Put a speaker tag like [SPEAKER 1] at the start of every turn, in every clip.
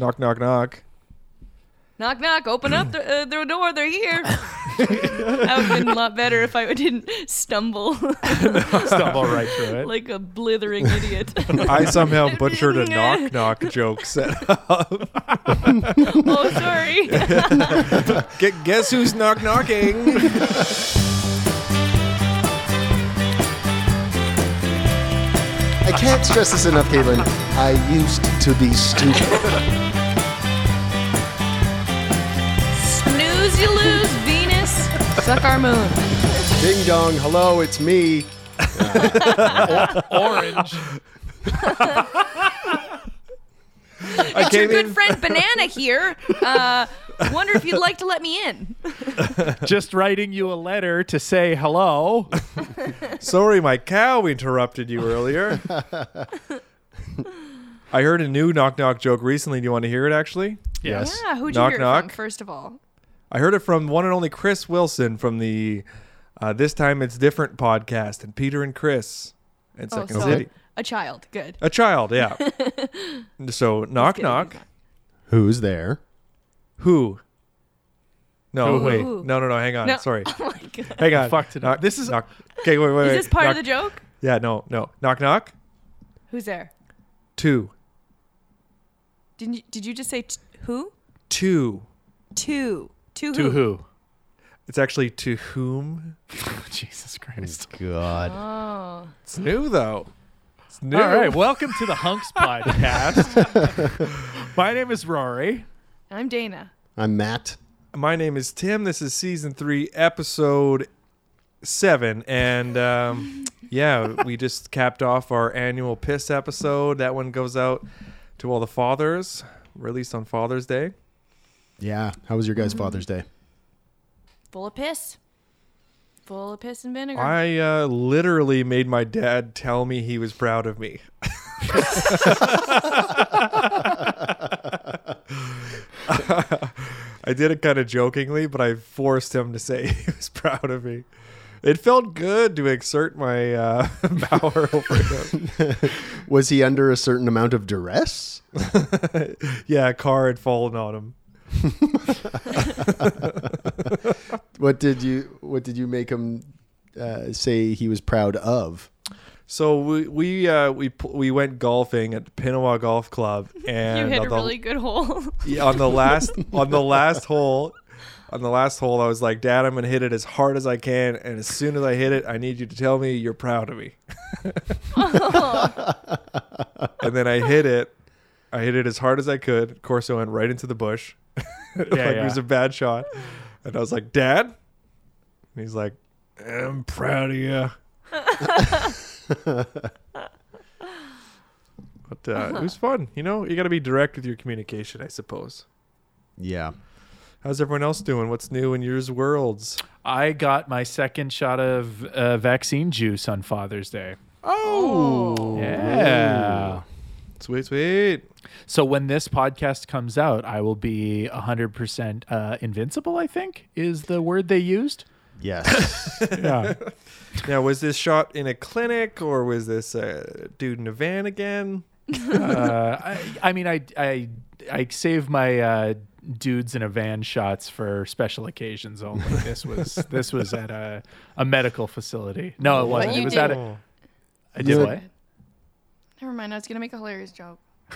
[SPEAKER 1] Knock, knock, knock.
[SPEAKER 2] Knock, knock, open up the, uh, the door, they're here. that would have been a lot better if I didn't stumble
[SPEAKER 3] Stumble right through it.
[SPEAKER 2] like a blithering idiot.
[SPEAKER 1] I somehow butchered a knock, knock joke set up.
[SPEAKER 2] oh, sorry.
[SPEAKER 1] Gu- Guess who's knock, knocking?
[SPEAKER 4] I can't stress this enough, Caitlin. I used to be stupid.
[SPEAKER 2] Snooze, you lose, Venus. Suck our moon.
[SPEAKER 4] Ding dong, hello, it's me.
[SPEAKER 3] Orange.
[SPEAKER 1] I
[SPEAKER 2] It's your
[SPEAKER 1] came
[SPEAKER 2] good
[SPEAKER 1] in.
[SPEAKER 2] friend Banana here. Uh, wonder if you'd like to let me in.
[SPEAKER 3] Just writing you a letter to say hello.
[SPEAKER 1] Sorry, my cow interrupted you earlier. I heard a new knock, knock joke recently. Do you want to hear it actually?
[SPEAKER 3] Yes.
[SPEAKER 2] Yeah, who'd
[SPEAKER 1] Knock,
[SPEAKER 2] you hear it
[SPEAKER 1] knock.
[SPEAKER 2] from, first of all?
[SPEAKER 1] I heard it from one and only Chris Wilson from the uh, This Time It's Different podcast and Peter and Chris and
[SPEAKER 2] Oh,
[SPEAKER 1] Second
[SPEAKER 2] so
[SPEAKER 1] City.
[SPEAKER 2] a child. Good.
[SPEAKER 1] A child, yeah. so, knock,
[SPEAKER 2] kidding.
[SPEAKER 1] knock.
[SPEAKER 4] Who's there?
[SPEAKER 1] Who? No,
[SPEAKER 3] Who?
[SPEAKER 1] wait.
[SPEAKER 2] Who?
[SPEAKER 1] No, no, no. Hang on.
[SPEAKER 2] No.
[SPEAKER 1] Sorry.
[SPEAKER 2] Oh my god.
[SPEAKER 1] Hang on.
[SPEAKER 3] Fucked it up.
[SPEAKER 1] Knock,
[SPEAKER 3] This is-
[SPEAKER 1] knock. Okay, wait, wait,
[SPEAKER 2] Is
[SPEAKER 1] wait.
[SPEAKER 2] this part
[SPEAKER 1] knock.
[SPEAKER 2] of the joke?
[SPEAKER 1] Yeah, no, no. Knock, knock.
[SPEAKER 2] Who's there?
[SPEAKER 1] Two.
[SPEAKER 2] Didn't you, did you just say t- who?
[SPEAKER 1] Two.
[SPEAKER 2] Two. Two who?
[SPEAKER 3] To who?
[SPEAKER 1] It's actually to whom.
[SPEAKER 3] Jesus Christ.
[SPEAKER 4] God.
[SPEAKER 2] Oh.
[SPEAKER 1] It's new though. It's new.
[SPEAKER 3] All right. Welcome to the Hunks podcast. My name is Rory.
[SPEAKER 2] I'm Dana.
[SPEAKER 4] I'm Matt.
[SPEAKER 1] My name is Tim. This is season three, episode seven, and um, yeah, we just capped off our annual piss episode. That one goes out to all the fathers, released on Father's Day.
[SPEAKER 4] Yeah, how was your guys' Father's Day?
[SPEAKER 2] Full of piss. Full of piss and vinegar.
[SPEAKER 1] I uh, literally made my dad tell me he was proud of me. I did it kind of jokingly, but I forced him to say he was proud of me. It felt good to exert my uh, power over him.
[SPEAKER 4] Was he under a certain amount of duress?
[SPEAKER 1] yeah, a car had fallen on him.
[SPEAKER 4] What did you What did you make him uh, say he was proud of?
[SPEAKER 1] So we we uh, we pu- we went golfing at the Pinawa Golf Club, and
[SPEAKER 2] you hit
[SPEAKER 1] on
[SPEAKER 2] a
[SPEAKER 1] the-
[SPEAKER 2] really good hole.
[SPEAKER 1] Yeah, on the last on the last hole on the last hole i was like dad i'm gonna hit it as hard as i can and as soon as i hit it i need you to tell me you're proud of me and then i hit it i hit it as hard as i could of course it went right into the bush like it was
[SPEAKER 3] yeah.
[SPEAKER 1] a bad shot and i was like dad and he's like i'm proud of you but uh, it was fun you know you got to be direct with your communication i suppose
[SPEAKER 4] Yeah.
[SPEAKER 1] How's everyone else doing? What's new in yours worlds?
[SPEAKER 3] I got my second shot of uh, vaccine juice on Father's Day.
[SPEAKER 2] oh.
[SPEAKER 3] Yeah.
[SPEAKER 1] Sweet, sweet.
[SPEAKER 3] So when this podcast comes out, I will be 100% uh, invincible, I think is the word they used.
[SPEAKER 4] Yes.
[SPEAKER 3] Yeah.
[SPEAKER 1] Now, was this shot in a clinic or was this a dude in a van again?
[SPEAKER 3] uh, I, I mean, I, I, I save my uh, dudes in a van shots for special occasions only. This was this was at a, a medical facility. No, it wasn't.
[SPEAKER 2] you
[SPEAKER 3] It was
[SPEAKER 2] did-
[SPEAKER 3] at a, I did
[SPEAKER 4] You-
[SPEAKER 3] what?
[SPEAKER 2] Never mind. I was gonna make a hilarious joke.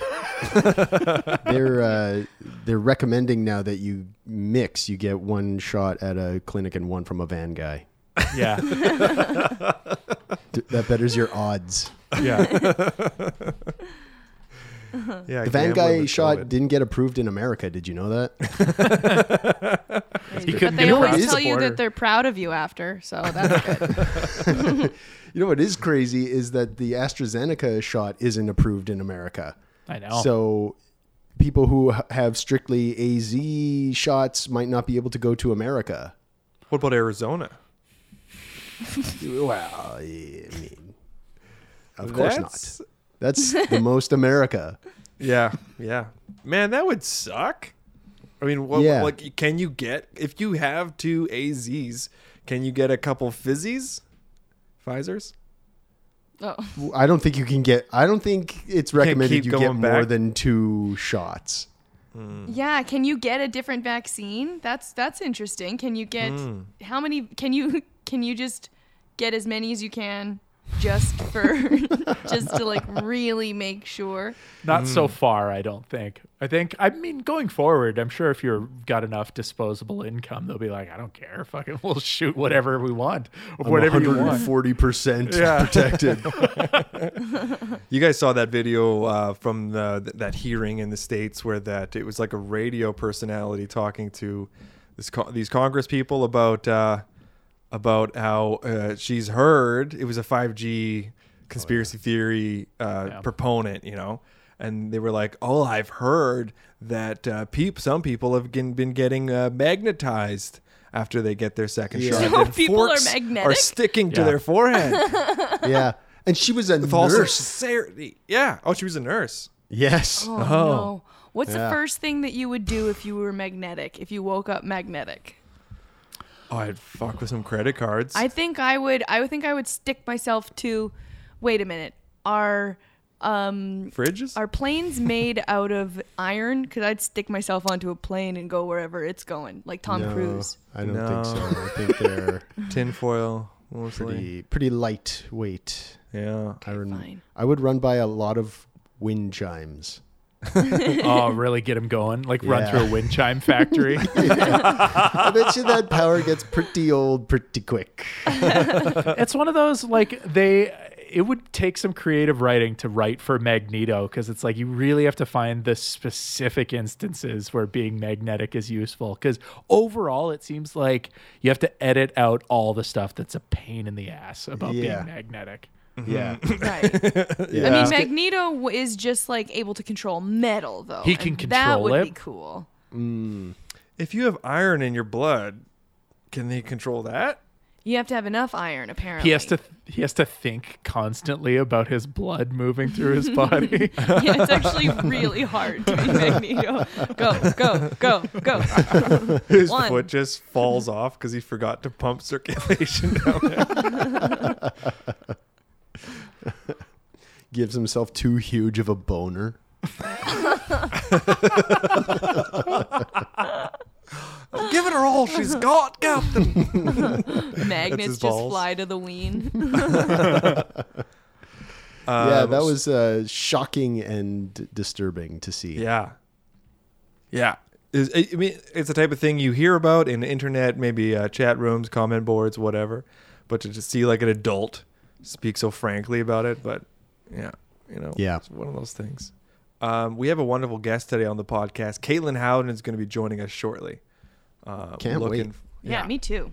[SPEAKER 4] they're uh, they're recommending now that you mix. You get one shot at a clinic and one from a van guy.
[SPEAKER 3] Yeah.
[SPEAKER 4] D- That betters your odds.
[SPEAKER 3] Yeah.
[SPEAKER 1] Yeah,
[SPEAKER 4] The van
[SPEAKER 1] gambling
[SPEAKER 4] guy
[SPEAKER 1] with
[SPEAKER 4] shot
[SPEAKER 1] COVID.
[SPEAKER 4] didn't get approved in America. Did you know that?
[SPEAKER 3] He
[SPEAKER 2] but
[SPEAKER 3] couldn't
[SPEAKER 2] they
[SPEAKER 3] get
[SPEAKER 2] always
[SPEAKER 3] across
[SPEAKER 2] tell
[SPEAKER 3] the
[SPEAKER 2] you
[SPEAKER 3] border.
[SPEAKER 2] that they're proud of you after, so that's good.
[SPEAKER 4] You know what is crazy is that the AstraZeneca shot isn't approved in America.
[SPEAKER 3] I know.
[SPEAKER 4] So people who h- have strictly AZ shots might not be able to go to America.
[SPEAKER 1] What about Arizona?
[SPEAKER 4] Well, I mean, of course
[SPEAKER 1] That's-
[SPEAKER 4] not. That's the most America.
[SPEAKER 1] Yeah, yeah. Man, that would suck. I mean, what,
[SPEAKER 4] Yeah.
[SPEAKER 1] like, can you get if you have two AZs? Can you get a couple fizzies, Pfizer's?
[SPEAKER 2] Oh.
[SPEAKER 4] I don't think you can get. I don't think it's recommended
[SPEAKER 1] keep
[SPEAKER 4] you get
[SPEAKER 1] going
[SPEAKER 4] more
[SPEAKER 1] back.
[SPEAKER 4] than two shots.
[SPEAKER 2] Yeah, can you get a different vaccine? That's that's interesting. Can you get how many can you can you just get as many as you can just for just to like really make sure?
[SPEAKER 3] Not
[SPEAKER 4] mm.
[SPEAKER 3] so far, I don't think. I think I mean going forward, I'm sure if you're got enough disposable income, they'll be like, I don't care, fucking we'll shoot whatever we want. Or whatever you want.
[SPEAKER 4] percent
[SPEAKER 3] Yeah.
[SPEAKER 4] protected.
[SPEAKER 1] You guys saw that video uh, from the, th- that hearing in the states where that it was like a radio personality talking to this co- these Congress people about uh, about how uh, she's heard it was a 5G conspiracy theory uh, proponent, you know, and they were like, "Oh, I've heard that uh, peep some people have gen- been getting uh, magnetized." After they get their second
[SPEAKER 4] Yeah.
[SPEAKER 1] shot,
[SPEAKER 4] So
[SPEAKER 1] Their
[SPEAKER 2] people are
[SPEAKER 1] forks Are
[SPEAKER 2] magnetic?
[SPEAKER 1] sticking to
[SPEAKER 3] Yeah.
[SPEAKER 1] their forehead.
[SPEAKER 4] yeah, and she was a
[SPEAKER 1] With all
[SPEAKER 4] nurse.
[SPEAKER 1] sincerity. Yeah. Oh, she was a nurse.
[SPEAKER 4] Yes.
[SPEAKER 2] Oh, no. What's
[SPEAKER 4] Yeah.
[SPEAKER 2] the first thing that you would do if you were magnetic? If you woke up magnetic?
[SPEAKER 1] Oh, I'd fuck with some credit cards.
[SPEAKER 2] I think I would I would think I would stick myself to wait a minute. Are um
[SPEAKER 1] Fridges?
[SPEAKER 2] Are planes made out of iron? Because I'd stick myself onto a plane and go wherever it's going, like Tom
[SPEAKER 4] No,
[SPEAKER 2] Cruise.
[SPEAKER 4] I don't
[SPEAKER 1] No.
[SPEAKER 4] think so. I think they're
[SPEAKER 1] Tinfoil mostly.
[SPEAKER 4] pretty pretty lightweight.
[SPEAKER 1] Yeah.
[SPEAKER 4] Iron.
[SPEAKER 2] fine.
[SPEAKER 4] I would run by a lot of wind chimes.
[SPEAKER 3] oh, really get him going. Like
[SPEAKER 4] Yeah.
[SPEAKER 3] run through a wind chime factory.
[SPEAKER 4] I bet you that power gets pretty old pretty quick.
[SPEAKER 3] it's one of those like they it would take some creative writing to write for magneto because it's like you really have to find the specific instances where being magnetic is useful because overall it seems like you have to edit out all the stuff that's a pain in the ass about
[SPEAKER 4] Yeah.
[SPEAKER 3] being magnetic
[SPEAKER 4] Yeah.
[SPEAKER 2] Right.
[SPEAKER 4] yeah.
[SPEAKER 2] I mean, Magneto w- is just like able to control metal, though.
[SPEAKER 3] He can
[SPEAKER 2] and That
[SPEAKER 3] control
[SPEAKER 2] would
[SPEAKER 3] it.
[SPEAKER 2] be cool.
[SPEAKER 1] If you have iron in your blood, can they control that?
[SPEAKER 2] You have to have enough iron, apparently.
[SPEAKER 3] he has to he has to think constantly about his blood moving through his body
[SPEAKER 2] yeah, it's actually really hard to be Magneto. Go, go, go, go.
[SPEAKER 1] His
[SPEAKER 2] One.
[SPEAKER 1] foot just falls off because he forgot to pump circulation down there.
[SPEAKER 4] Gives himself too huge of a boner.
[SPEAKER 1] Giving her all she's got, Captain.
[SPEAKER 2] Magnets just
[SPEAKER 1] balls.
[SPEAKER 2] fly to the ween.
[SPEAKER 4] yeah, that was uh, shocking and disturbing to see.
[SPEAKER 1] Yeah. Yeah. Is, I I mean, it's the type of thing you hear about in the internet, maybe uh, chat rooms, comment boards, whatever. But to just see like an adult speak so frankly about it, but yeah, you know,
[SPEAKER 4] Yeah.
[SPEAKER 1] it's one of those things. Um, we have a wonderful guest today on the podcast. Caitlin Howden is going to be joining us shortly. Uh,
[SPEAKER 4] Can't wait.
[SPEAKER 2] yeah, me too.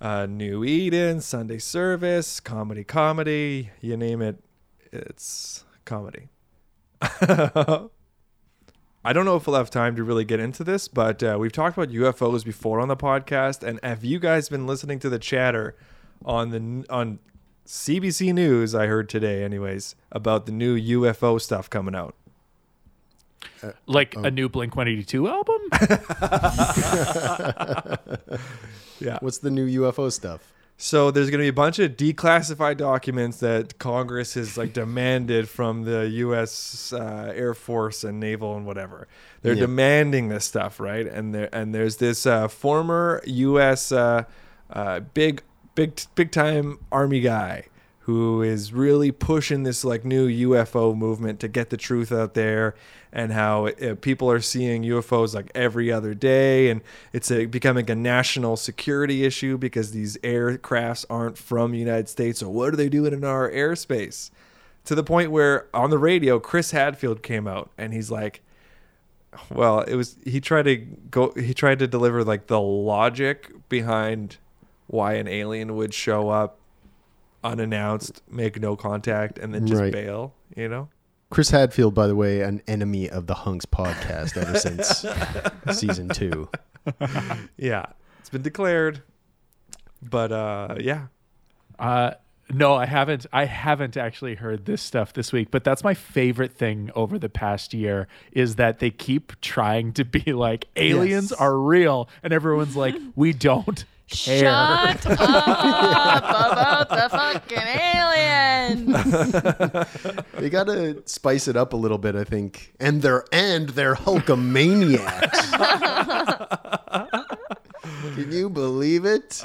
[SPEAKER 1] uh, New Eden, Sunday Service, comedy, comedy, you name it, it's comedy. I don't know if we'll have time to really get into this, but uh, we've talked about UFOs before on the podcast, and have you guys been listening to the chatter on the on CBC News? I heard today, anyways, about the new UFO stuff coming out.
[SPEAKER 3] like a new blink 182 album
[SPEAKER 1] Yeah,
[SPEAKER 4] What's the new UFO stuff?
[SPEAKER 1] So there's going to be a bunch of declassified documents that Congress has like demanded from the U.S. Uh, Air Force and Naval and whatever. They're
[SPEAKER 4] Yeah.
[SPEAKER 1] demanding this stuff, right? And there and there's this uh, former U.S. Uh, uh, big big big time Army guy who is really pushing this like new UFO movement to get the truth out there and how uh, people are seeing UFOs like every other day and it's a, becoming a national security issue because these aircrafts aren't from the United States so what are they doing in our airspace to the point where on the radio Chris Hadfield came out and he's like well it was he tried to go he tried to deliver like the logic behind why an alien would show up unannounced make no contact and then just
[SPEAKER 4] Right.
[SPEAKER 1] bail you know
[SPEAKER 4] Chris Hadfield, by the way, an enemy of the Hunks podcast ever since season two.
[SPEAKER 1] yeah it's been declared but uh yeah
[SPEAKER 3] Uh, no, I haven't. I haven't actually heard this stuff this week, but that's my favorite thing over the past year is that they keep trying to be like aliens
[SPEAKER 1] Yes.
[SPEAKER 3] are real, and everyone's like, we don't care.
[SPEAKER 2] Shut up about the fucking aliens.
[SPEAKER 4] They gotta spice it up a little bit, I think. And they're and they're Hulkamaniacs. Can you believe it?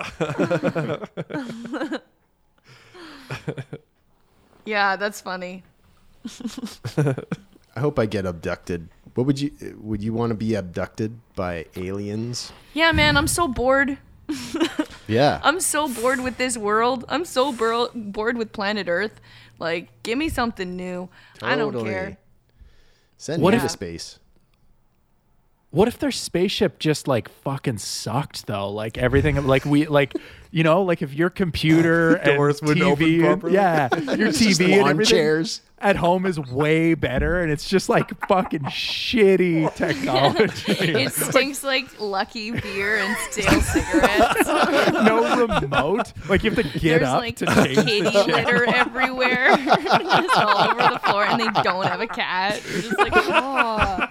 [SPEAKER 2] yeah, that's funny.
[SPEAKER 4] I hope I get abducted. What would you would you want to be abducted by aliens?
[SPEAKER 2] Yeah, man, I'm so bored.
[SPEAKER 4] Yeah.
[SPEAKER 2] I'm so bored with this world. I'm so bur- bored with planet Earth. Like, give me something new. I don't
[SPEAKER 4] Totally.
[SPEAKER 2] care.
[SPEAKER 4] Send
[SPEAKER 3] What
[SPEAKER 4] me
[SPEAKER 3] if-
[SPEAKER 4] to space.
[SPEAKER 3] What if their spaceship just like fucking sucked though? Like everything, like we, like you know, like if your computer
[SPEAKER 1] Doors
[SPEAKER 3] and
[SPEAKER 1] wouldn't
[SPEAKER 3] TV,
[SPEAKER 1] open properly.
[SPEAKER 3] yeah, your
[SPEAKER 4] Just
[SPEAKER 3] TV and
[SPEAKER 4] lawn
[SPEAKER 3] everything
[SPEAKER 4] chairs.
[SPEAKER 3] at home is way better, and it's just like fucking shitty technology.
[SPEAKER 2] It stinks like lucky beer and stale cigarettes.
[SPEAKER 3] no remote. Like you have to get
[SPEAKER 2] There's
[SPEAKER 3] up
[SPEAKER 2] like
[SPEAKER 3] to change the
[SPEAKER 2] kitty litter everywhere, just all over the floor, and they don't have a cat. You're just like, oh,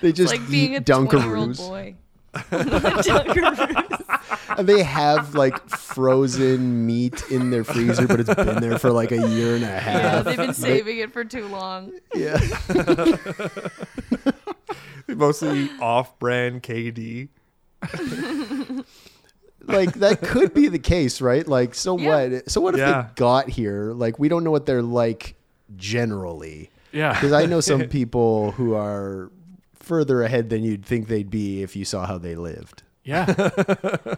[SPEAKER 4] They just
[SPEAKER 2] like being a
[SPEAKER 4] eat
[SPEAKER 2] 20-year-old
[SPEAKER 4] Dunkaroos.
[SPEAKER 2] boy. Dunkaroos.
[SPEAKER 4] And they have like frozen meat in their freezer, but it's been there for like a year and a
[SPEAKER 2] Yeah,
[SPEAKER 4] half.
[SPEAKER 2] they've been saving it for too long.
[SPEAKER 4] Yeah.
[SPEAKER 1] They mostly eat off-brand kd
[SPEAKER 4] like that could be the case, right? Like, so
[SPEAKER 2] Yeah.
[SPEAKER 4] what? So what if
[SPEAKER 1] Yeah.
[SPEAKER 4] they got here? Like, we don't know what they're like generally. Because
[SPEAKER 3] Yeah.
[SPEAKER 4] I know some people who are further ahead than you'd think they'd be if you saw how they lived.
[SPEAKER 3] Yeah.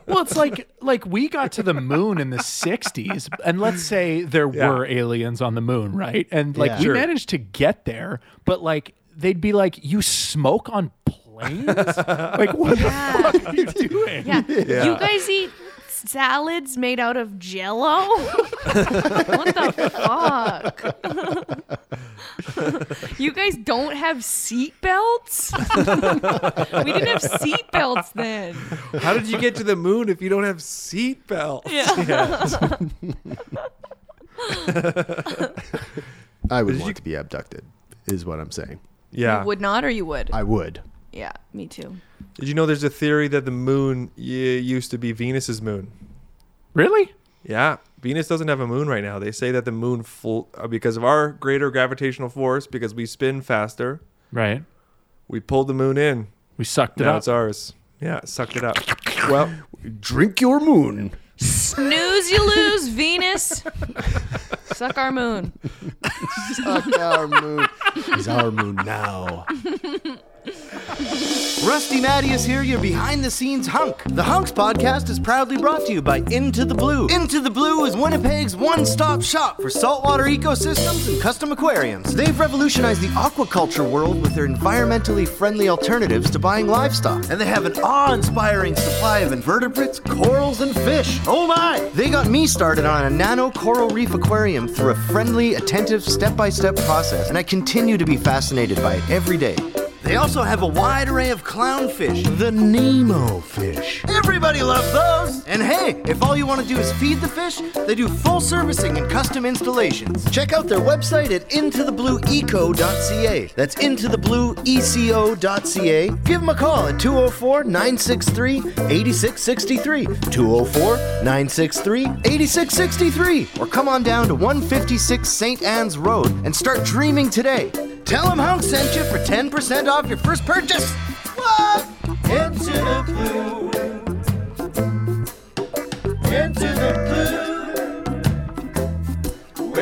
[SPEAKER 3] Well, it's like like we got to the moon in the 60s and let's say there
[SPEAKER 1] Yeah.
[SPEAKER 3] were aliens on the moon, right? And like
[SPEAKER 4] Yeah.
[SPEAKER 3] we
[SPEAKER 4] Sure.
[SPEAKER 3] managed to get there, but like they'd be like you smoke on planes? like what the fuck are you doing?
[SPEAKER 2] Yeah.
[SPEAKER 1] Yeah.
[SPEAKER 2] You guys eat salads made out of jello? what the fuck? you guys don't have seat belts? we didn't have seat belts then.
[SPEAKER 1] how did you get to the moon if you don't have seatbelts
[SPEAKER 2] Yeah.
[SPEAKER 4] I would
[SPEAKER 1] Did
[SPEAKER 4] want
[SPEAKER 1] you-
[SPEAKER 4] to be abducted, is what I'm saying.
[SPEAKER 1] yeah
[SPEAKER 2] You would not or you would?
[SPEAKER 4] I would.
[SPEAKER 2] yeah, me too.
[SPEAKER 1] did you know there's a theory that the moon y- used to be venus's moon
[SPEAKER 3] Really?
[SPEAKER 1] Yeah, Venus doesn't have a moon right now. They say that the moon, fl- uh, because of our greater gravitational force, because we spin faster,
[SPEAKER 3] Right.
[SPEAKER 1] we pulled the moon in.
[SPEAKER 3] We sucked it
[SPEAKER 1] Now
[SPEAKER 3] out.
[SPEAKER 1] it's ours. Yeah, it sucked it up. Well,
[SPEAKER 4] Drink your moon.
[SPEAKER 2] Snooze, you lose, Venus. Suck our moon.
[SPEAKER 4] Suck our moon. is our moon now.
[SPEAKER 5] Rusty Matty is here, your behind the scenes hunk. The Hunks podcast is proudly brought to you by Into the Blue. Into the Blue is Winnipeg's one stop shop for saltwater ecosystems and custom aquariums. They've revolutionized the aquaculture world with their environmentally friendly alternatives to buying livestock. And they have an awe inspiring supply of invertebrates, corals, and fish. Oh my! They got me started on a nano coral reef aquarium through a friendly, attentive, step by step process, and I continue to be fascinated by it every day. They also have a wide array of clownfish, the Nemo fish. Everybody loves those! And hey, if all you want to do is feed the fish, they do full servicing and custom installations. Check out their website at intotheblueeco.ca. That's intotheblueeco.ca. Give them a call at 204 963 8663. 204 963 8663. Or come on down to 156 St. Anne's Road and start dreaming today. Tell him Hunk sent you for 10% off your first purchase. What? Into the blue. Into the blue.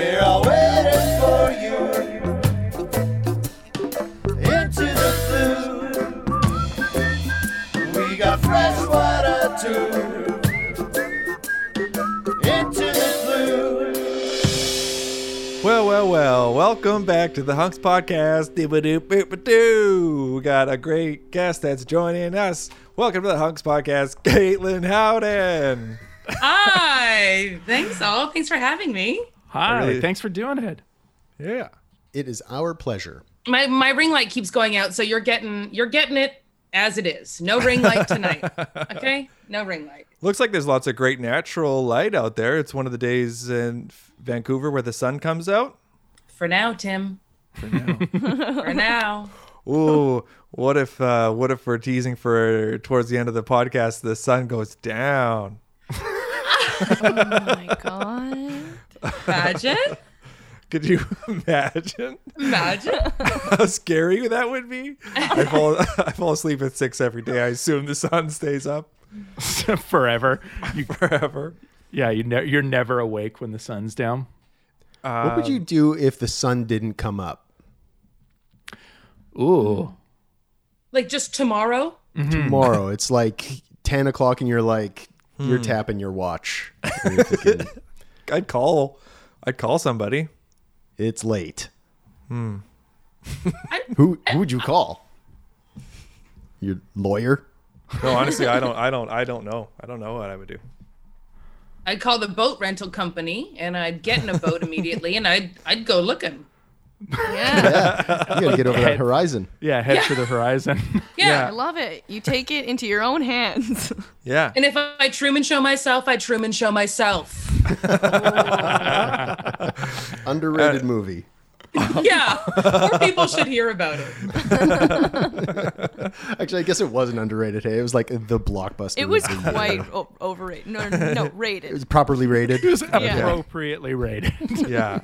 [SPEAKER 5] freshwater too. Into the blue.
[SPEAKER 1] Well, well, well. Welcome back to the Hunks Podcast. Doo-ba-doo-ba-ba-doo. We got a great guest that's joining us. Welcome to the Hunks Podcast, Caitlin Howden.
[SPEAKER 6] Hi. Thanks all. Thanks for having me.
[SPEAKER 3] Hi,
[SPEAKER 1] Really?
[SPEAKER 3] thanks for doing it.
[SPEAKER 1] Yeah.
[SPEAKER 4] It is our pleasure.
[SPEAKER 6] My my ring light keeps going out, so you're getting you're getting it as it is. No ring light tonight. okay? No ring light.
[SPEAKER 1] Looks like there's lots of great natural light out there. It's one of the days in Vancouver where the sun comes out.
[SPEAKER 6] For now, Tim. For now. For now.
[SPEAKER 1] Ooh, what if uh, what if we're teasing for towards the end of the podcast the sun goes down?
[SPEAKER 2] Oh my god.
[SPEAKER 6] Imagine.
[SPEAKER 1] Could you imagine
[SPEAKER 6] Imagine.
[SPEAKER 1] how scary that would be? I fall I fall asleep at six every day. I assume the sun stays up
[SPEAKER 3] Forever. You,
[SPEAKER 1] forever.
[SPEAKER 3] yeah, you ne- you're never awake when the sun's down.
[SPEAKER 4] what would you do if the sun didn't come up?
[SPEAKER 3] Ooh.
[SPEAKER 6] Like just tomorrow.
[SPEAKER 4] tomorrow. It's like ten o'clock, and you're like you're tapping your watch. And you're thinking,
[SPEAKER 1] I'd call I'd call somebody.
[SPEAKER 4] it's late.
[SPEAKER 1] Hmm.
[SPEAKER 6] I-
[SPEAKER 4] who who would you call? Your lawyer?
[SPEAKER 1] No, honestly, I don't I don't I don't know. I don't know what I would do.
[SPEAKER 6] I'd call the boat rental company and I'd get in a boat immediately and I'd I'd go looking.
[SPEAKER 2] Yeah.
[SPEAKER 4] You gotta get over that horizon.
[SPEAKER 3] Yeah, head for the horizon.
[SPEAKER 6] Yeah.
[SPEAKER 2] I love it. You take it into your own hands.
[SPEAKER 1] Yeah.
[SPEAKER 6] And if I Truman show myself, I Truman show myself.
[SPEAKER 1] Uh,
[SPEAKER 4] Underrated movie.
[SPEAKER 6] Yeah. More people should hear about it.
[SPEAKER 4] Actually, I guess it wasn't underrated. Hey, it was like the blockbuster.
[SPEAKER 2] It was
[SPEAKER 4] of the year.
[SPEAKER 2] quite o- overrated. No, no, no,
[SPEAKER 4] It was
[SPEAKER 2] rated.
[SPEAKER 4] properly rated.
[SPEAKER 3] It was appropriately rated.
[SPEAKER 1] Yeah.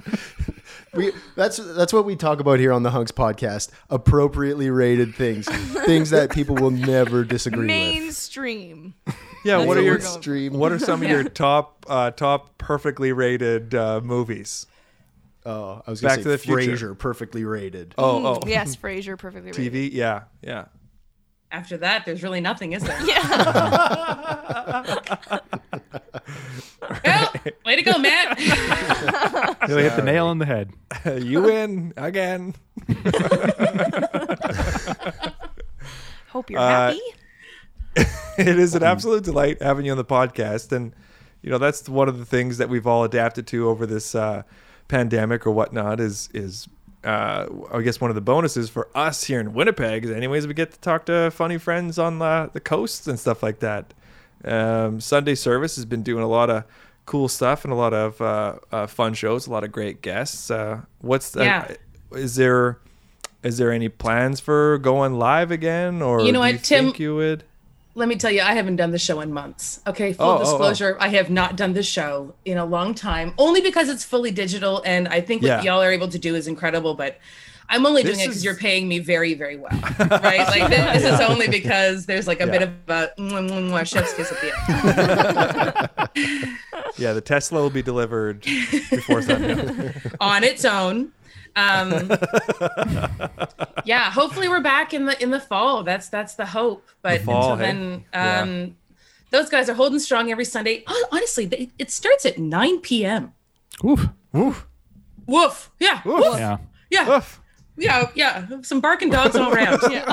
[SPEAKER 4] We, that's that's what we talk about here on the Hunks podcast. Appropriately rated things, things that people will never disagree with.
[SPEAKER 2] Mainstream.
[SPEAKER 1] Yeah,
[SPEAKER 2] That's
[SPEAKER 1] what are
[SPEAKER 2] what
[SPEAKER 1] your
[SPEAKER 2] we're going
[SPEAKER 4] Mainstream.
[SPEAKER 1] what are some of your top uh, top perfectly rated uh, movies?
[SPEAKER 4] Oh, I was gonna
[SPEAKER 1] Back
[SPEAKER 4] say
[SPEAKER 1] to the Future.
[SPEAKER 4] Frasier, perfectly rated.
[SPEAKER 1] Oh, oh.
[SPEAKER 2] Yes, Frasier perfectly rated.
[SPEAKER 1] TV? Yeah. Yeah.
[SPEAKER 6] After that, there's really nothing, is there?
[SPEAKER 2] Yeah.
[SPEAKER 6] Well, way to go, Matt.
[SPEAKER 3] Really hit the nail on the head.
[SPEAKER 1] you win again.
[SPEAKER 2] Hope you're
[SPEAKER 1] Uh,
[SPEAKER 2] happy.
[SPEAKER 1] It is an absolute delight having you on the podcast, and you know that's one of the things that we've all adapted to over this uh, pandemic or whatnot. Is is uh, I guess one of the bonuses for us here in Winnipeg is, anyways, we get to talk to funny friends on the, the coast and stuff like that. Um, Sunday Service has been doing a lot of cool stuff and a lot of uh, uh, fun shows, a lot of great guests. Uh, what's the, uh,
[SPEAKER 6] Yeah.
[SPEAKER 1] is there is there any plans for going live again or
[SPEAKER 6] You know
[SPEAKER 1] do
[SPEAKER 6] what, Tim-
[SPEAKER 1] think you would?
[SPEAKER 6] Let me tell you, I haven't done the show in months. Okay, full
[SPEAKER 1] Oh, oh, oh.
[SPEAKER 6] disclosure, I have not done the show in a long time, only because it's fully digital, and I think what
[SPEAKER 1] Yeah.
[SPEAKER 6] y'all are able to do is incredible. But I'm only
[SPEAKER 1] This
[SPEAKER 6] doing it because
[SPEAKER 1] is-
[SPEAKER 6] you're paying me very, very well, right? Like this, this is only because there's like a bit of a mwah, mwah, mwah, chef's kiss at the end.
[SPEAKER 1] Yeah, the Tesla will be delivered before Sunday.
[SPEAKER 6] on its own. Um, yeah, hopefully we're back in the in the fall. That's that's the hope. But
[SPEAKER 1] fall,
[SPEAKER 6] until
[SPEAKER 1] hey?
[SPEAKER 6] then,
[SPEAKER 1] Yeah.
[SPEAKER 6] um, those guys are holding strong every Sunday. Hon- Honestly, they, it starts at 9 p.m.
[SPEAKER 3] Woof.
[SPEAKER 6] Woof. Yeah. Woof.
[SPEAKER 3] Yeah.
[SPEAKER 6] Yeah. Yeah. Yeah. Some barking dogs all around. Yeah.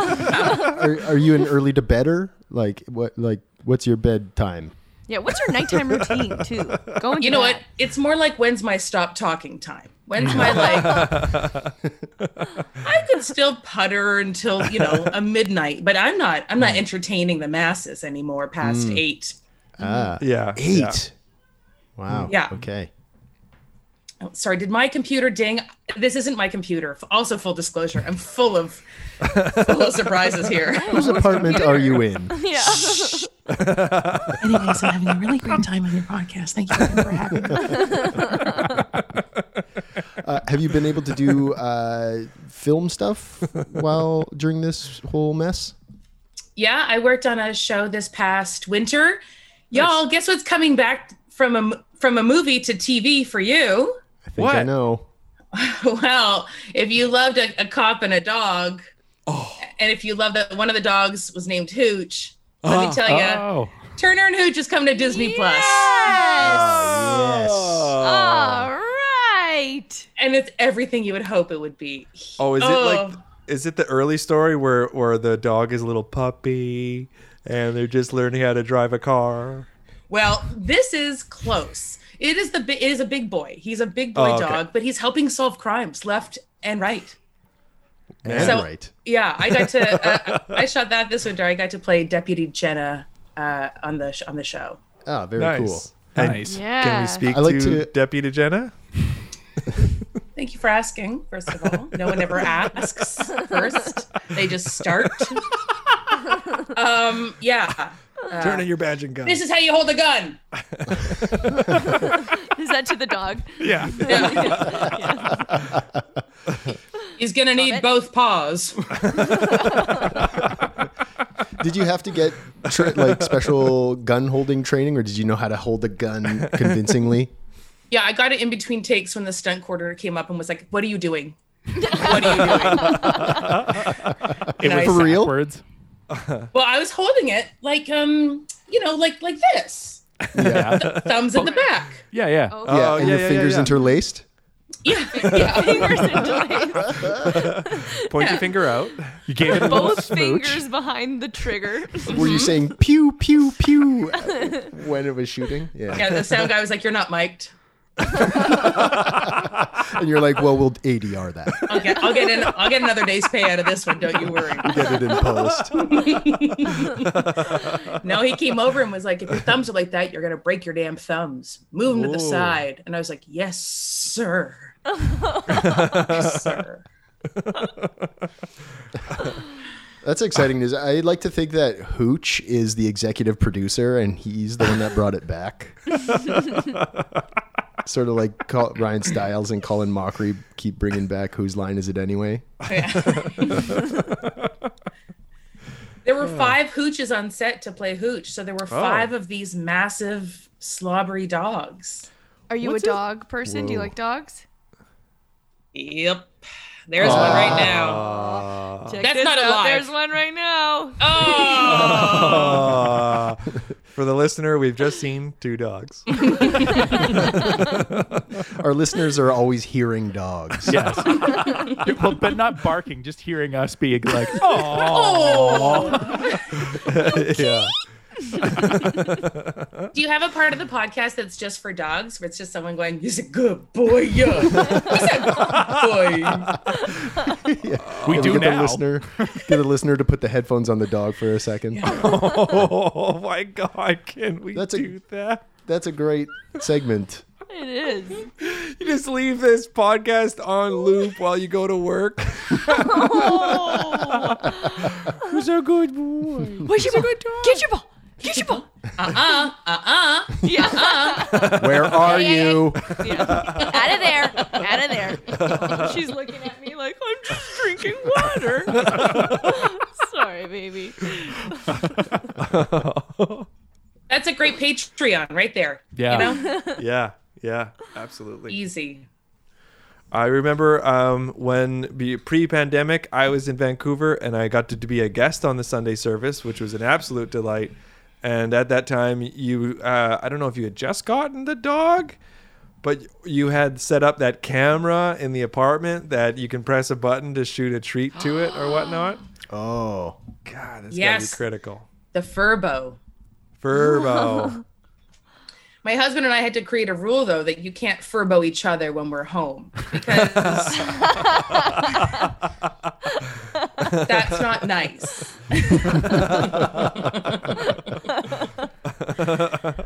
[SPEAKER 4] are, are you an early to bedder? Like what? Like what's your bedtime?
[SPEAKER 2] Yeah. What's your nighttime routine too? Go into
[SPEAKER 6] You know
[SPEAKER 2] that.
[SPEAKER 6] what? It's more like when's my stop talking time?
[SPEAKER 1] Mm.
[SPEAKER 6] When's my like? I could still putter until you know a midnight, but I'm not. I'm
[SPEAKER 1] Mm.
[SPEAKER 6] not entertaining the masses anymore past eight.
[SPEAKER 4] Ah,
[SPEAKER 1] Yeah.
[SPEAKER 4] eight.
[SPEAKER 1] yeah.
[SPEAKER 4] Wow.
[SPEAKER 6] Yeah.
[SPEAKER 4] Okay.
[SPEAKER 6] Oh, sorry, did my computer ding? This isn't my computer. F- Also, full disclosure, I'm full of full of surprises here.
[SPEAKER 4] Whose apartment are you in?
[SPEAKER 2] Yeah.
[SPEAKER 6] Anyways, I'm having a really great time on your podcast. Thank you for having me.
[SPEAKER 4] Uh, have you been able to do uh, film stuff while during this whole mess?
[SPEAKER 6] Yeah, I worked on a show this past winter. Y'all, guess what's coming back from a m- from a movie to TV for you?
[SPEAKER 4] I think I
[SPEAKER 1] What?
[SPEAKER 4] know.
[SPEAKER 6] Well, if you loved a, a cop and a dog, and if you loved that one of the dogs was named Hooch, Let me tell you,
[SPEAKER 3] Oh,
[SPEAKER 6] Turner and Hooch is coming to Disney Plus,
[SPEAKER 2] Yes.
[SPEAKER 4] Yes.
[SPEAKER 2] All right.
[SPEAKER 6] and it's everything you would hope it would be.
[SPEAKER 1] Oh, is it like
[SPEAKER 6] Oh.
[SPEAKER 1] is it the early story where where the dog is a little puppy and they're just learning how to drive a car?
[SPEAKER 6] Well, this is close. It is the bi- it is a big boy. He's a big boy
[SPEAKER 1] Oh, okay.
[SPEAKER 6] dog, but he's helping solve crimes left and right.
[SPEAKER 4] And
[SPEAKER 6] So-
[SPEAKER 4] right.
[SPEAKER 6] Yeah, I got to. uh, I shot that this winter. I got to play Deputy Jenna uh, on the sh- on the show.
[SPEAKER 4] Ah, very cool.
[SPEAKER 1] Nice.
[SPEAKER 3] nice.
[SPEAKER 2] Yeah.
[SPEAKER 1] Can we speak
[SPEAKER 4] I like
[SPEAKER 1] to,
[SPEAKER 4] to-
[SPEAKER 1] Deputy Jenna?
[SPEAKER 6] Thank you for asking. First of all, no one ever asks first; they just start. Um, yeah,
[SPEAKER 1] Turn in your badge and gun.
[SPEAKER 6] this is how you hold a gun.
[SPEAKER 2] Is that to the dog?
[SPEAKER 1] yeah.
[SPEAKER 6] He's gonna need
[SPEAKER 2] it.
[SPEAKER 6] both paws.
[SPEAKER 4] Did you have to get tra- like special gun holding training, or did you know how to hold a gun convincingly?
[SPEAKER 6] Yeah, I got it in between takes when the stunt coordinator came up and was like, "What are you doing? What are you doing?"
[SPEAKER 3] It was
[SPEAKER 6] Nice.
[SPEAKER 4] For real?
[SPEAKER 3] backwards.
[SPEAKER 6] well, I was holding it like um, you know, like like this,
[SPEAKER 4] Yeah.
[SPEAKER 6] thumbs in the back.
[SPEAKER 3] Yeah, yeah.
[SPEAKER 4] yeah.
[SPEAKER 1] Oh,
[SPEAKER 4] and
[SPEAKER 1] yeah,
[SPEAKER 4] your
[SPEAKER 1] yeah, yeah,
[SPEAKER 4] fingers
[SPEAKER 1] yeah.
[SPEAKER 4] interlaced.
[SPEAKER 6] Yeah, yeah.
[SPEAKER 2] Fingers and toys.
[SPEAKER 1] Point your finger out.
[SPEAKER 3] You gave it a little
[SPEAKER 2] Both
[SPEAKER 3] smooch.
[SPEAKER 2] fingers behind the trigger.
[SPEAKER 4] Were you saying pew pew pew uh, when it was shooting? Yeah.
[SPEAKER 6] yeah. The sound guy was like, "You're not mic'd."
[SPEAKER 4] And you're like, well, we'll ADR that.
[SPEAKER 6] I'll get, I'll get, an, I'll get another day's pay out of this one. Don't you worry.
[SPEAKER 4] Get it in post.
[SPEAKER 6] No, he came over and was like, "If your thumbs are like that, you're gonna break your damn thumbs. Move them to the
[SPEAKER 1] Whoa.
[SPEAKER 6] side." And I was like, "Yes, sir." yes, sir.
[SPEAKER 4] That's exciting news. I like to think that Hooch is the executive producer, and he's the one that brought it back. sort of like Col- Ryan Stiles and Colin Mockery keep bringing back whose line is it anyway?
[SPEAKER 6] Yeah. there were five hooches on set to play hooch, so there were five of these massive slobbery dogs.
[SPEAKER 2] Are you
[SPEAKER 1] What's
[SPEAKER 2] a
[SPEAKER 1] it-
[SPEAKER 2] dog person? Do you
[SPEAKER 4] Whoa.
[SPEAKER 2] like dogs?
[SPEAKER 6] Yep, there's one right now.
[SPEAKER 2] Check
[SPEAKER 6] That's
[SPEAKER 2] this
[SPEAKER 6] not
[SPEAKER 2] out.
[SPEAKER 6] alive.
[SPEAKER 2] There's one right now.
[SPEAKER 6] Oh,
[SPEAKER 1] Uh, for the listener, we've just seen two dogs.
[SPEAKER 4] Our listeners are always hearing dogs.
[SPEAKER 3] Yes. well, but not barking, just hearing us be like, oh.
[SPEAKER 1] yeah.
[SPEAKER 6] do you have a part of the podcast that's just for dogs, where it's just someone going, "He's a good boy, yeah. He's a good boy."
[SPEAKER 3] We
[SPEAKER 4] Can we
[SPEAKER 3] do
[SPEAKER 4] get
[SPEAKER 3] now.
[SPEAKER 4] The listener, get the listener to put the headphones on the dog for a second.
[SPEAKER 1] Oh my God! Can we
[SPEAKER 4] That's a-
[SPEAKER 1] do that?
[SPEAKER 4] That's a great segment.
[SPEAKER 2] It is.
[SPEAKER 1] You just leave this podcast on loop while you go to work.
[SPEAKER 2] Oh.
[SPEAKER 1] Who's a good boy?
[SPEAKER 2] Where's your ball? Get your ball. Get your ball.
[SPEAKER 6] Uh, uh, uh.
[SPEAKER 2] Yeah.
[SPEAKER 4] Where are you?
[SPEAKER 2] Out of there. Out of there. She's looking at me like, I'm just drinking water. Sorry, baby.
[SPEAKER 6] That's a great Patreon right there.
[SPEAKER 3] Yeah.
[SPEAKER 6] You know?
[SPEAKER 1] Yeah, yeah, absolutely.
[SPEAKER 6] Easy.
[SPEAKER 1] I remember um, when be- pre-pandemic, I was in Vancouver and I got to, to be a guest on the Sunday service, which was an absolute delight. And at that time, you—I don't know if you had just gotten the dog, but you had set up that camera in the apartment that you can press a button to shoot a treat to it or whatnot.
[SPEAKER 4] Oh,
[SPEAKER 1] God, that's gotta
[SPEAKER 6] Yes.
[SPEAKER 1] be critical.
[SPEAKER 6] The Furbo.
[SPEAKER 1] Furbo.
[SPEAKER 6] My husband and I had to create a rule though that you can't Furbo each other when we're home because that's not nice.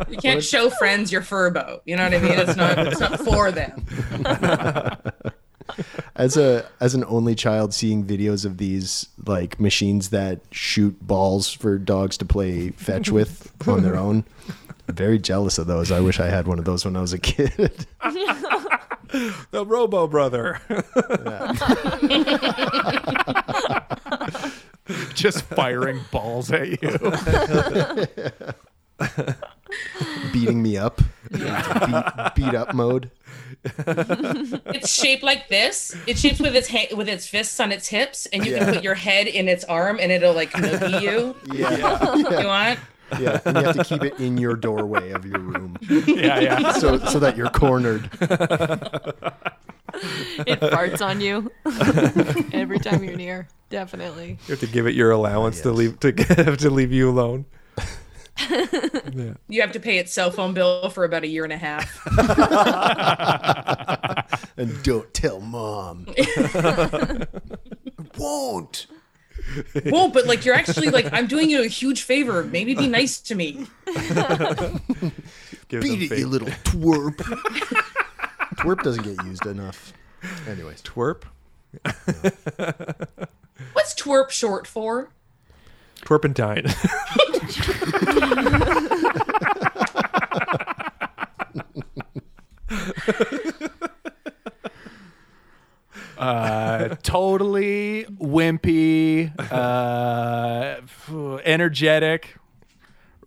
[SPEAKER 6] you can't show friends your Furbo. You know what I mean? It's not, it's not for them.
[SPEAKER 4] as a as an only child, seeing videos of these like machines that shoot balls for dogs to play fetch with on their own, very jealous of those. I wish I had one of those when I was a kid.
[SPEAKER 1] the Robo brother.
[SPEAKER 3] just firing balls at you.
[SPEAKER 4] Beating me up, beat, beat up mode.
[SPEAKER 6] it's shaped like this. It's shaped with its ha- with its fists on its hips, and you
[SPEAKER 4] Yeah.
[SPEAKER 6] can put your head in its arm, and it'll like noogie you.
[SPEAKER 4] Yeah.
[SPEAKER 6] if You want?
[SPEAKER 4] yeah. And you have to keep it in your doorway of your room
[SPEAKER 3] Yeah, yeah.
[SPEAKER 4] so so that you're cornered.
[SPEAKER 2] It farts on you every time you're near. Definitely.
[SPEAKER 1] You have to give it your allowance to
[SPEAKER 4] yes.
[SPEAKER 1] leave to have to leave you alone.
[SPEAKER 6] You have to pay its cell phone bill for about a year and a half.
[SPEAKER 4] And don't tell mom. Won't.
[SPEAKER 6] Whoa, but like you're actually like I'm doing you a huge favor. Maybe be nice to me.
[SPEAKER 1] Give
[SPEAKER 4] Beat it, you little twerp. twerp doesn't get used enough. Anyways,
[SPEAKER 1] twerp.
[SPEAKER 6] What's twerp short for?
[SPEAKER 1] Twerpentine.
[SPEAKER 3] Uh, totally wimpy, uh, f- energetic,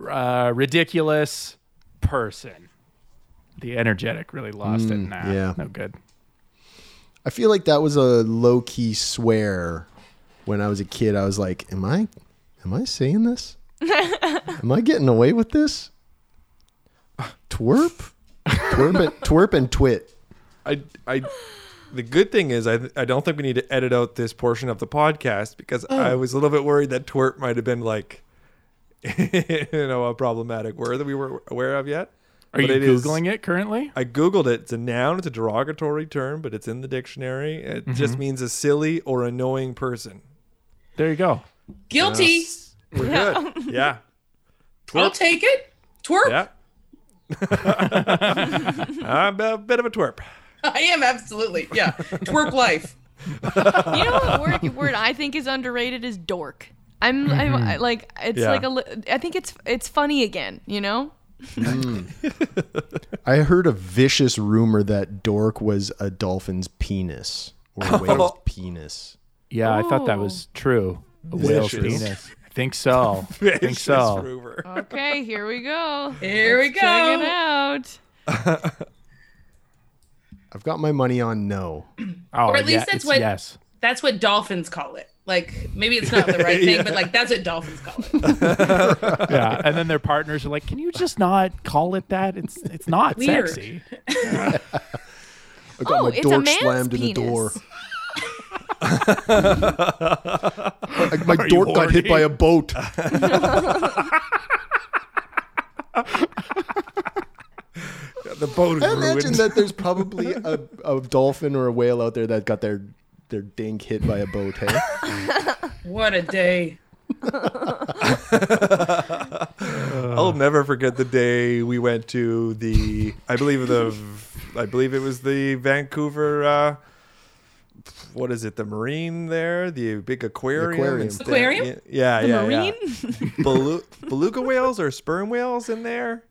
[SPEAKER 3] uh, ridiculous person. The energetic really lost it. Nah,
[SPEAKER 4] yeah.
[SPEAKER 3] no good.
[SPEAKER 4] I feel like that was a low key swear when I was a kid. I was like, "Am I, am I saying this? am I getting away with this? Twerp, twerp, and, twerp and twit.
[SPEAKER 1] I, I, the good thing is, I, I don't think we need to edit out this portion of the podcast because I was a little bit worried that twerp might have been like, you know, a problematic word that we were aware of yet.
[SPEAKER 3] Are you googling it currently?
[SPEAKER 1] I googled it. It's a noun. It's a derogatory term, but it's in the dictionary. It just means a silly or annoying person.
[SPEAKER 3] There you go.
[SPEAKER 6] Guilty.
[SPEAKER 1] We're good. Yeah.
[SPEAKER 6] I'll take it. Twerp.
[SPEAKER 1] Yeah. I'm a bit of a twerp.
[SPEAKER 6] I am absolutely. Yeah. Twerp life.
[SPEAKER 2] You know what word, word I think is underrated is dork. I'm,
[SPEAKER 4] Mm-hmm.
[SPEAKER 2] I'm I, like it's
[SPEAKER 1] Yeah.
[SPEAKER 2] like a li- I think it's it's funny again. You know.
[SPEAKER 4] I heard a vicious rumor that dork was a dolphin's penis or a whale's penis.
[SPEAKER 3] Yeah, I thought that was
[SPEAKER 6] Oh.
[SPEAKER 3] true. A whale's
[SPEAKER 1] true?
[SPEAKER 3] penis. I think so. I think
[SPEAKER 1] Vicious
[SPEAKER 3] so.
[SPEAKER 1] rumor.
[SPEAKER 2] Okay, here we go.
[SPEAKER 6] Here we go.
[SPEAKER 2] Check it out.
[SPEAKER 4] I've got my money on no.
[SPEAKER 3] Oh,
[SPEAKER 6] Or at least
[SPEAKER 3] yeah,
[SPEAKER 6] that's
[SPEAKER 3] it's
[SPEAKER 6] what-
[SPEAKER 3] Yes.
[SPEAKER 6] That's what dolphins call it. Like maybe it's not the right thing, but like that's what dolphins call it.
[SPEAKER 3] Yeah, and then their partners are like, "Can you just not call it that? It's it's not
[SPEAKER 6] Weird.
[SPEAKER 3] sexy."
[SPEAKER 4] I got
[SPEAKER 2] oh,
[SPEAKER 4] my
[SPEAKER 2] it's a
[SPEAKER 4] dork
[SPEAKER 2] man's
[SPEAKER 4] slammed
[SPEAKER 2] penis.
[SPEAKER 4] in the door. I- my dork got hit by a boat.
[SPEAKER 1] The boat is
[SPEAKER 4] I imagine
[SPEAKER 1] ruined.
[SPEAKER 4] that there's probably a, a dolphin or a whale out there that got their their dink hit by a boat. Hey,
[SPEAKER 6] What a day.
[SPEAKER 1] I'll never forget the day we went to the I believe the I believe it was the Vancouver uh what is it the marine there the big aquarium
[SPEAKER 4] aquarium.
[SPEAKER 1] and stuff.
[SPEAKER 6] Aquarium?
[SPEAKER 1] yeah yeah yeah,
[SPEAKER 2] Marine?
[SPEAKER 1] yeah. Belu- beluga whales or sperm whales in there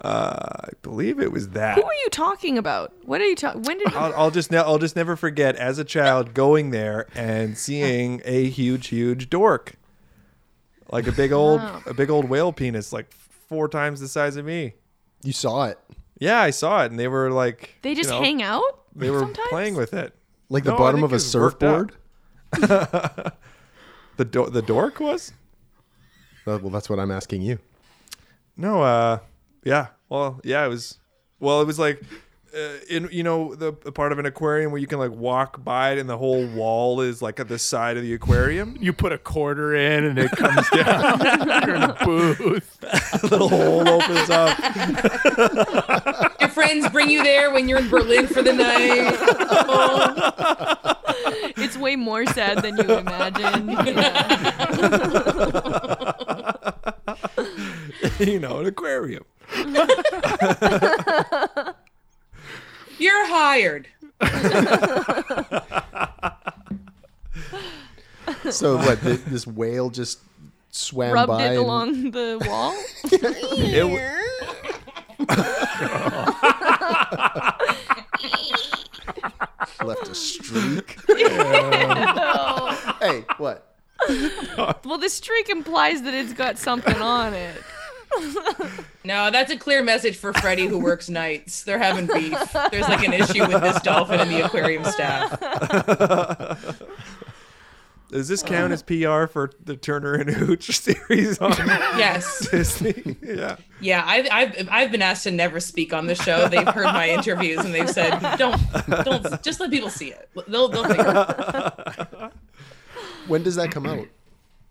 [SPEAKER 1] uh I believe it was that
[SPEAKER 2] Who are you talking about? What are you talking? When did?
[SPEAKER 1] I'll, I'll just ne- I'll just never forget as a child going there and seeing a huge huge dork like a big old a big old whale penis like four times the size of me
[SPEAKER 4] you saw it,
[SPEAKER 1] Yeah, I saw it, and they were like
[SPEAKER 2] They
[SPEAKER 1] you
[SPEAKER 2] just
[SPEAKER 1] know,
[SPEAKER 2] hang out.
[SPEAKER 1] They were
[SPEAKER 2] sometimes?
[SPEAKER 1] playing with it,
[SPEAKER 4] like the
[SPEAKER 1] No, I
[SPEAKER 4] bottom
[SPEAKER 1] think
[SPEAKER 4] of
[SPEAKER 1] it
[SPEAKER 4] a
[SPEAKER 1] was worked
[SPEAKER 4] surfboard.
[SPEAKER 1] out. The do- the dork was
[SPEAKER 4] Uh, well, that's what I'm asking you.
[SPEAKER 1] no, uh, yeah, well, yeah, it was, well, it was like. Uh, in you know the, the part of an aquarium where you can like walk by it and the whole wall is like at the side of the aquarium
[SPEAKER 3] You put a quarter in, and it comes down. You're in a booth.
[SPEAKER 1] the hole opens up
[SPEAKER 6] Your friends bring you there when you're in Berlin for the night. Oh,
[SPEAKER 2] It's way more sad than you imagine. Yeah.
[SPEAKER 1] you know an aquarium
[SPEAKER 6] you're hired.
[SPEAKER 4] So what? th- this whale just swam
[SPEAKER 2] Rubbed
[SPEAKER 4] by
[SPEAKER 2] it
[SPEAKER 4] and-
[SPEAKER 2] along the wall.
[SPEAKER 1] It w-
[SPEAKER 4] left a streak. hey, what?
[SPEAKER 2] Well, the streak implies that it's got something on it.
[SPEAKER 6] No, that's a clear message for Freddie who works nights. They're having beef. There's like an issue with this dolphin and the aquarium staff.
[SPEAKER 1] Does this count as PR for the Turner and Hooch series on
[SPEAKER 6] Yes.
[SPEAKER 1] Disney? Yeah.
[SPEAKER 6] Yeah, I've, I've I've been asked to never speak on the show. They've heard my interviews and they've said, "Don't, don't, just let people see it. They'll, they'll figure it." out."
[SPEAKER 4] When does that come out?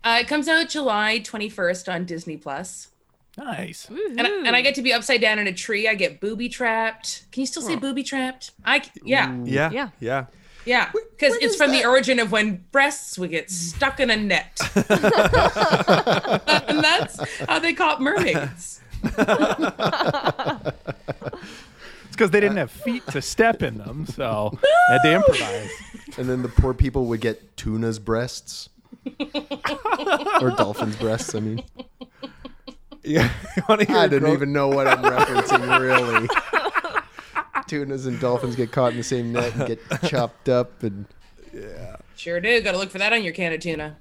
[SPEAKER 6] Uh, it comes out July 21st on Disney Plus,
[SPEAKER 3] Nice.
[SPEAKER 6] and I, and I get to be upside down in a tree. I get booby trapped. Can you still say booby trapped? I c- yeah
[SPEAKER 1] Yeah.
[SPEAKER 2] Yeah.
[SPEAKER 1] Yeah.
[SPEAKER 6] yeah because it's from the origin of when breasts would get stuck in a net, and that's how they caught mermaids.
[SPEAKER 3] It's because they didn't have feet to step in them, so had to improvise.
[SPEAKER 4] And then the poor people would get tuna's breasts. or dolphin's breasts, I mean.
[SPEAKER 1] Yeah. You wanna hear
[SPEAKER 4] I
[SPEAKER 1] a
[SPEAKER 4] didn't
[SPEAKER 1] gross-
[SPEAKER 4] even know what I'm referencing, really. Tunas and dolphins get caught in the same net and get chopped up. And
[SPEAKER 6] Sure do. Got to look for that on your can of tuna.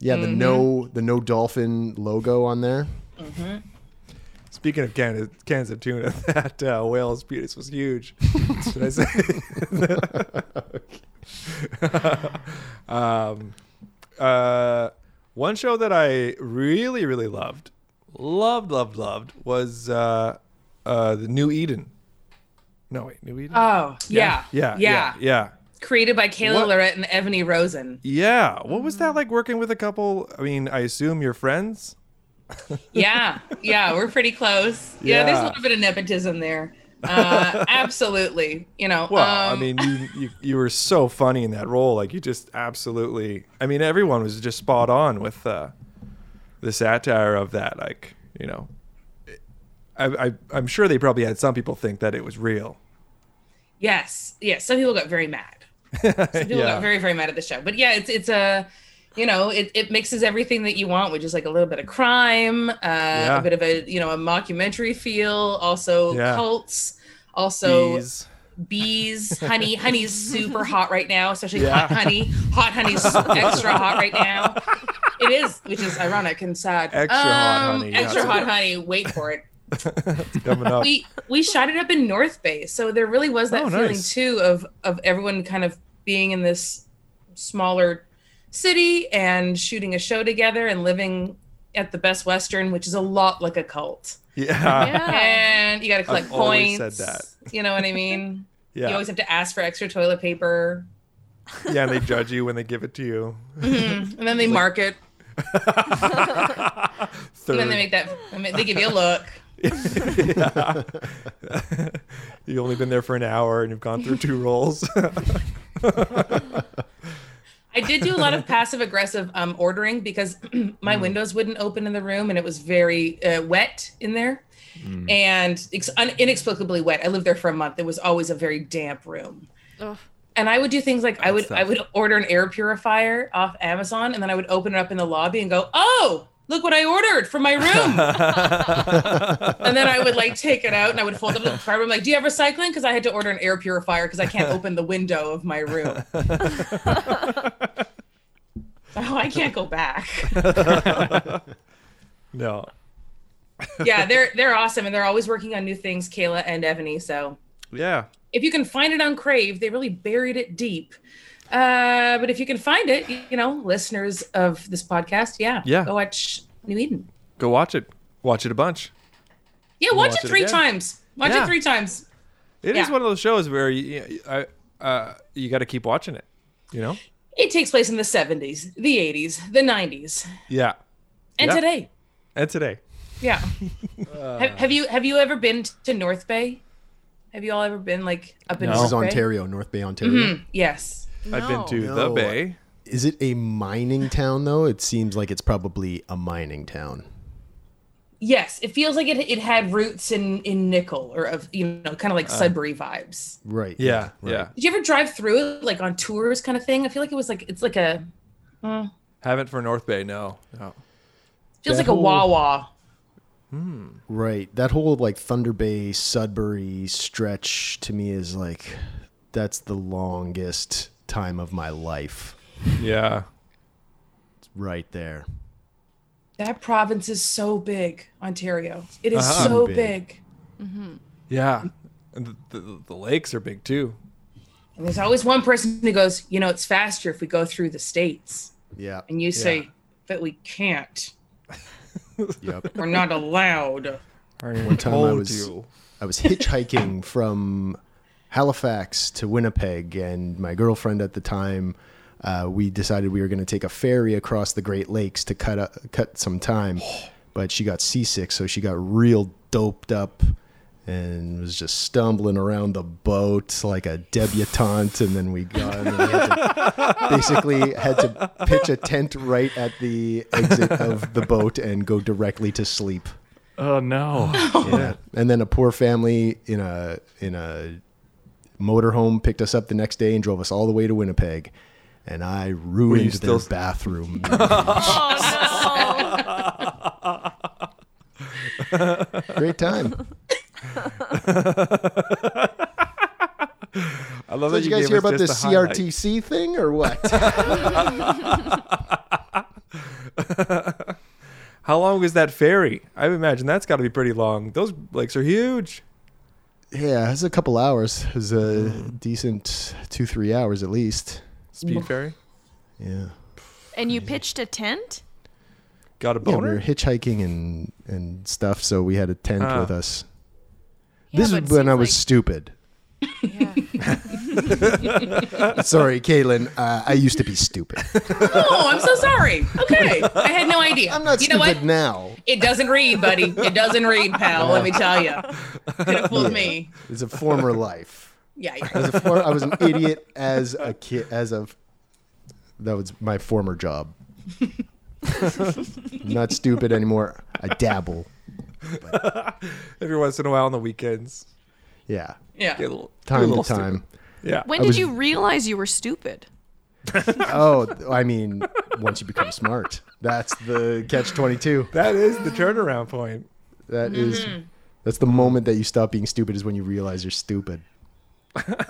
[SPEAKER 4] yeah, the no the no dolphin logo on there.
[SPEAKER 1] Speaking of cans, cans of tuna, that uh, whale's penis was huge. Should I say? um, uh, one show that I really, really loved, loved, loved, loved was uh, uh, the New Eden. No wait, New Eden.
[SPEAKER 6] Oh yeah
[SPEAKER 1] yeah,
[SPEAKER 6] yeah.
[SPEAKER 1] yeah, yeah.
[SPEAKER 6] Created by Kayla
[SPEAKER 1] What?
[SPEAKER 6] Lorette and Ebony Rosen.
[SPEAKER 1] Yeah. What was that like working with a couple? I mean, I assume you're friends.
[SPEAKER 6] yeah yeah we're pretty close yeah, there's a
[SPEAKER 1] Yeah.
[SPEAKER 6] little bit of nepotism there uh absolutely you know
[SPEAKER 1] Well, I
[SPEAKER 6] um,
[SPEAKER 1] mean, you, you you were so funny in that role. Like you just absolutely. I mean, everyone was just spot on with uh, the satire of that. Like you know, I, I I'm sure they probably had some people think that it was real.
[SPEAKER 6] yes yes some people got very mad some people
[SPEAKER 1] Yeah.
[SPEAKER 6] got very very mad at the show but yeah it's it's a you know it, it mixes everything that you want which is like a little bit of crime uh a bit of a you know a mockumentary feel also
[SPEAKER 1] Yeah.
[SPEAKER 6] cults also
[SPEAKER 1] Bees.
[SPEAKER 6] bees, honey. Honey's super hot right now, especially
[SPEAKER 1] Yeah.
[SPEAKER 6] hot honey. Hot honey's extra hot right now. It is, which is ironic and sad. Um,
[SPEAKER 1] Extra hot honey, yeah,
[SPEAKER 6] Extra
[SPEAKER 1] it's
[SPEAKER 6] hot honey. Wait for it.
[SPEAKER 1] coming up.
[SPEAKER 6] We we shot it up in North Bay, so there really was that
[SPEAKER 1] Oh,
[SPEAKER 6] feeling
[SPEAKER 1] nice.
[SPEAKER 6] too of of everyone kind of being in this smaller city and shooting a show together and living at the Best Western, which is a lot like a cult.
[SPEAKER 1] Yeah.
[SPEAKER 2] Yeah.
[SPEAKER 6] And you got to collect
[SPEAKER 1] I've always
[SPEAKER 6] points.
[SPEAKER 1] said that.
[SPEAKER 6] You know what I mean?
[SPEAKER 1] Yeah.
[SPEAKER 6] You always have to ask for extra toilet paper.
[SPEAKER 1] yeah. And they judge you when they give it to you.
[SPEAKER 6] And then they mark it.
[SPEAKER 1] Third.
[SPEAKER 6] And then they make that. I mean, they give you a look.
[SPEAKER 1] You've only been there for an hour and you've gone through two rolls.
[SPEAKER 6] I did do a lot of passive aggressive um, ordering because my windows wouldn't open in the room and it was very uh, wet in there and ex- un- inexplicably wet. I lived there for a month. It was always a very damp room.
[SPEAKER 2] Ugh.
[SPEAKER 6] And I would do things like I would I would order an air purifier off Amazon and then I would open it up in the lobby and go, "Oh, look what I ordered from my room." and then I would like take it out and I would fold up the fire room like, "Do you have recycling?" because I had to order an air purifier because I can't open the window of my room. Oh, I can't go back.
[SPEAKER 1] no.
[SPEAKER 6] yeah, they're they're awesome and they're always working on new things, Kayla and Ebony. So
[SPEAKER 1] Yeah.
[SPEAKER 6] if you can find it on Crave, they really buried it deep. Uh, but if you can find it, you know, listeners of this podcast, yeah,
[SPEAKER 1] Yeah.
[SPEAKER 6] go watch New Eden.
[SPEAKER 1] Go watch it. Watch it a bunch.
[SPEAKER 6] Yeah, watch,
[SPEAKER 1] Watch
[SPEAKER 6] it
[SPEAKER 1] it
[SPEAKER 6] three
[SPEAKER 1] again.
[SPEAKER 6] times. Watch
[SPEAKER 1] Yeah.
[SPEAKER 6] it three times.
[SPEAKER 1] It is
[SPEAKER 6] Yeah.
[SPEAKER 1] one of those shows where you I, uh, you got to keep watching it. You know.
[SPEAKER 6] It takes place in the seventies, the eighties, the nineties,
[SPEAKER 1] Yeah.
[SPEAKER 6] and
[SPEAKER 1] Yeah.
[SPEAKER 6] today.
[SPEAKER 1] And today.
[SPEAKER 6] Yeah. have, have you have you ever been to North Bay? Have you all ever been like up in
[SPEAKER 3] No.
[SPEAKER 4] This
[SPEAKER 6] North
[SPEAKER 4] is
[SPEAKER 6] Bay?
[SPEAKER 4] Ontario, North Bay, Ontario.
[SPEAKER 6] Yes.
[SPEAKER 1] I've been to the
[SPEAKER 4] No.
[SPEAKER 1] Bay.
[SPEAKER 4] Is it a mining town though? It seems like it's probably a mining town.
[SPEAKER 6] Yes, it feels like it, it had roots in in nickel or of you know kind of
[SPEAKER 4] Uh.
[SPEAKER 6] like Sudbury vibes.
[SPEAKER 4] Right.
[SPEAKER 1] Yeah.
[SPEAKER 4] right.
[SPEAKER 1] Yeah.
[SPEAKER 6] Did you ever drive through it like on tours kind of thing? I feel like it was like it's like a
[SPEAKER 1] Haven't for North Bay. No. No.
[SPEAKER 6] feels
[SPEAKER 4] That
[SPEAKER 6] like a
[SPEAKER 4] whole-
[SPEAKER 6] Wawa.
[SPEAKER 4] Right. That whole like Thunder Bay Sudbury stretch to me is like that's the longest time of my life
[SPEAKER 1] Yeah.
[SPEAKER 4] right there.
[SPEAKER 6] That province is so big, Ontario. It is
[SPEAKER 1] Uh-huh.
[SPEAKER 6] so
[SPEAKER 4] Big.
[SPEAKER 6] big.
[SPEAKER 1] Yeah. And the, the, the lakes are big too.
[SPEAKER 6] And there's always one person who goes, you know, it's faster if we go through the states.
[SPEAKER 4] Yeah.
[SPEAKER 6] And you say, but we can't.
[SPEAKER 4] Yep.
[SPEAKER 6] We're not allowed.
[SPEAKER 1] One
[SPEAKER 4] time I was- I was hitchhiking from Halifax to Winnipeg, and my girlfriend at the time, uh, we decided we were going to take a ferry across the Great Lakes to cut a, cut some time, but she got seasick, so she got real doped up and was just stumbling around the boat like a debutante and then we got and then we had to- basically had to pitch a tent right at the exit of the boat and go directly to sleep
[SPEAKER 3] Oh no.
[SPEAKER 4] yeah. And then a poor family in a in a motorhome picked us up the next day and drove us all the way to Winnipeg. And I ruined
[SPEAKER 1] still-
[SPEAKER 4] their bathroom.
[SPEAKER 2] Oh no!
[SPEAKER 4] Great time.
[SPEAKER 1] I love
[SPEAKER 4] So
[SPEAKER 1] that
[SPEAKER 4] did you guys
[SPEAKER 1] gave
[SPEAKER 4] hear
[SPEAKER 1] us
[SPEAKER 4] about
[SPEAKER 1] just
[SPEAKER 4] this
[SPEAKER 1] the highlight.
[SPEAKER 4] CRTC thing or what?
[SPEAKER 1] How long was that ferry? I imagine that's got to be pretty long. Those lakes are huge.
[SPEAKER 4] yeah, it was a couple hours. It was a
[SPEAKER 1] Mm.
[SPEAKER 4] decent two three hours at least.
[SPEAKER 1] Speed ferry.
[SPEAKER 4] Yeah.
[SPEAKER 2] and you pitched a tent?
[SPEAKER 1] Got a
[SPEAKER 4] Yeah, we
[SPEAKER 1] boner.
[SPEAKER 4] were hitchhiking and and stuff, so we had a tent
[SPEAKER 1] Ah.
[SPEAKER 4] with us.
[SPEAKER 2] Yeah,
[SPEAKER 4] this
[SPEAKER 2] but
[SPEAKER 4] is
[SPEAKER 2] it
[SPEAKER 4] when I
[SPEAKER 2] seems
[SPEAKER 4] was stupid. Sorry, Caitlin. Uh, I used to be stupid.
[SPEAKER 6] Oh, I'm so sorry. Okay. I had no idea.
[SPEAKER 4] I'm not
[SPEAKER 6] you know
[SPEAKER 4] stupid
[SPEAKER 6] what?
[SPEAKER 4] now.
[SPEAKER 6] It doesn't read, buddy. It doesn't read, pal. Let me tell you. Could have fooled me.
[SPEAKER 4] It's a former life.
[SPEAKER 6] Yeah. you're
[SPEAKER 4] I
[SPEAKER 6] right.
[SPEAKER 4] was, a for- I was an idiot as a kid. As a that was my former job. not stupid anymore. I dabble.
[SPEAKER 1] Every once in a while on the weekends.
[SPEAKER 4] Yeah,
[SPEAKER 6] Yeah.
[SPEAKER 1] Get a little, get a
[SPEAKER 4] time to
[SPEAKER 1] little
[SPEAKER 4] time.
[SPEAKER 1] stupid. Yeah.
[SPEAKER 2] When
[SPEAKER 4] I
[SPEAKER 2] did
[SPEAKER 4] was-
[SPEAKER 2] you realize you were stupid?
[SPEAKER 4] Oh, th- I mean, once you become smart, that's the catch twenty two.
[SPEAKER 1] That is the turnaround point.
[SPEAKER 4] That is- that's the moment that you stop being stupid is when you realize you're stupid.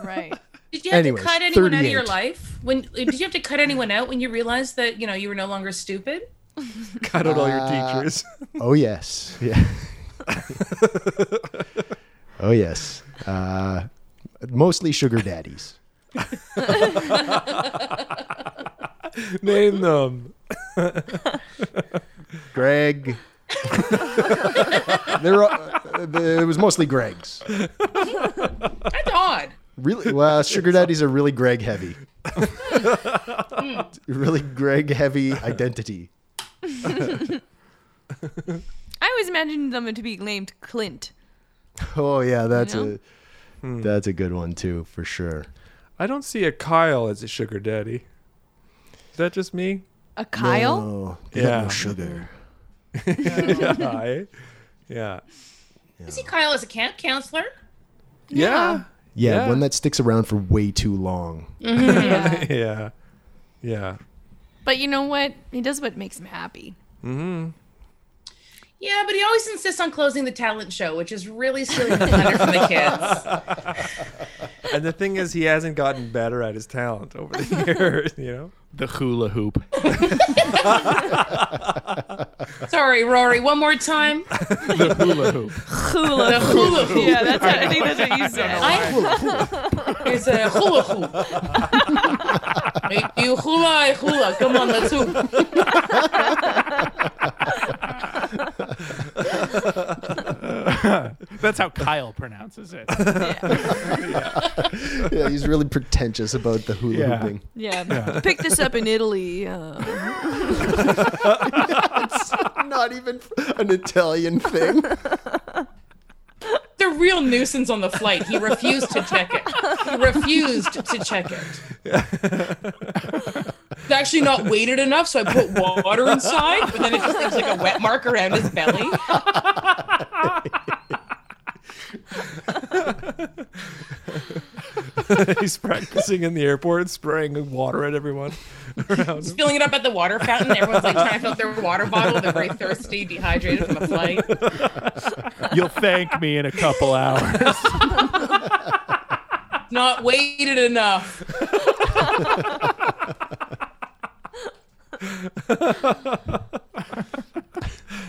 [SPEAKER 2] Right.
[SPEAKER 6] Did you have
[SPEAKER 4] Anyways,
[SPEAKER 6] to cut anyone out of your
[SPEAKER 4] 38.
[SPEAKER 6] life? When did you have to cut anyone out when you realized that you know you were no longer stupid?
[SPEAKER 1] Cut out all your teachers.
[SPEAKER 4] Oh yes, yeah. oh yes. Uh, mostly sugar daddies.
[SPEAKER 1] Name them.
[SPEAKER 4] Greg. there, uh, the- it was mostly Greg's.
[SPEAKER 6] That's odd.
[SPEAKER 4] Really, well, sugar daddies are really Greg heavy. really Greg heavy identity.
[SPEAKER 2] I always imagined them to be named Clint.
[SPEAKER 4] Oh yeah, that's
[SPEAKER 2] You know?
[SPEAKER 4] a that's a good one too for sure.
[SPEAKER 1] I don't see a Kyle as a sugar daddy. Is that just me?
[SPEAKER 2] A Kyle?
[SPEAKER 4] Oh, they got
[SPEAKER 1] Yeah.
[SPEAKER 4] no sugar.
[SPEAKER 1] yeah. I- yeah.
[SPEAKER 6] Is he Kyle as a camp counselor?
[SPEAKER 1] Yeah.
[SPEAKER 4] Yeah,
[SPEAKER 1] Yeah.
[SPEAKER 4] one that sticks around for way too long.
[SPEAKER 1] Yeah. Yeah. Yeah.
[SPEAKER 2] But you know what? He does what makes him happy.
[SPEAKER 6] Yeah, but he always insists on closing the talent show, which is really stealing the thunder from the kids.
[SPEAKER 1] And the thing is, he hasn't gotten better at his talent over the years, you know?
[SPEAKER 3] The hula hoop.
[SPEAKER 6] Sorry, Rory, one more time.
[SPEAKER 3] The hula hoop.
[SPEAKER 6] The
[SPEAKER 2] Hula.
[SPEAKER 6] hula hoop.
[SPEAKER 2] yeah, that's what, I think that's what you said.
[SPEAKER 6] It's a hula hoop. you hula, I hula. Come on, let's hoop.
[SPEAKER 3] That's how Kyle pronounces it.
[SPEAKER 4] yeah, he's really pretentious about the hula
[SPEAKER 3] Yeah.
[SPEAKER 4] hooping.
[SPEAKER 2] Yeah. Pick this up in Italy. Uh,
[SPEAKER 4] Not even an Italian thing.
[SPEAKER 6] The real nuisance on the flight. He refused to check it. He refused to check it. It's actually not weighted enough, so I put water inside, but then it just leaves like a wet mark around his belly.
[SPEAKER 1] He's practicing in the airport, and spraying water at everyone around him.
[SPEAKER 6] Filling it up at the water fountain. Everyone's like trying to fill up their water bottle. They're very thirsty, dehydrated from the flight.
[SPEAKER 3] You'll thank me in a couple hours.
[SPEAKER 6] Not weighted enough.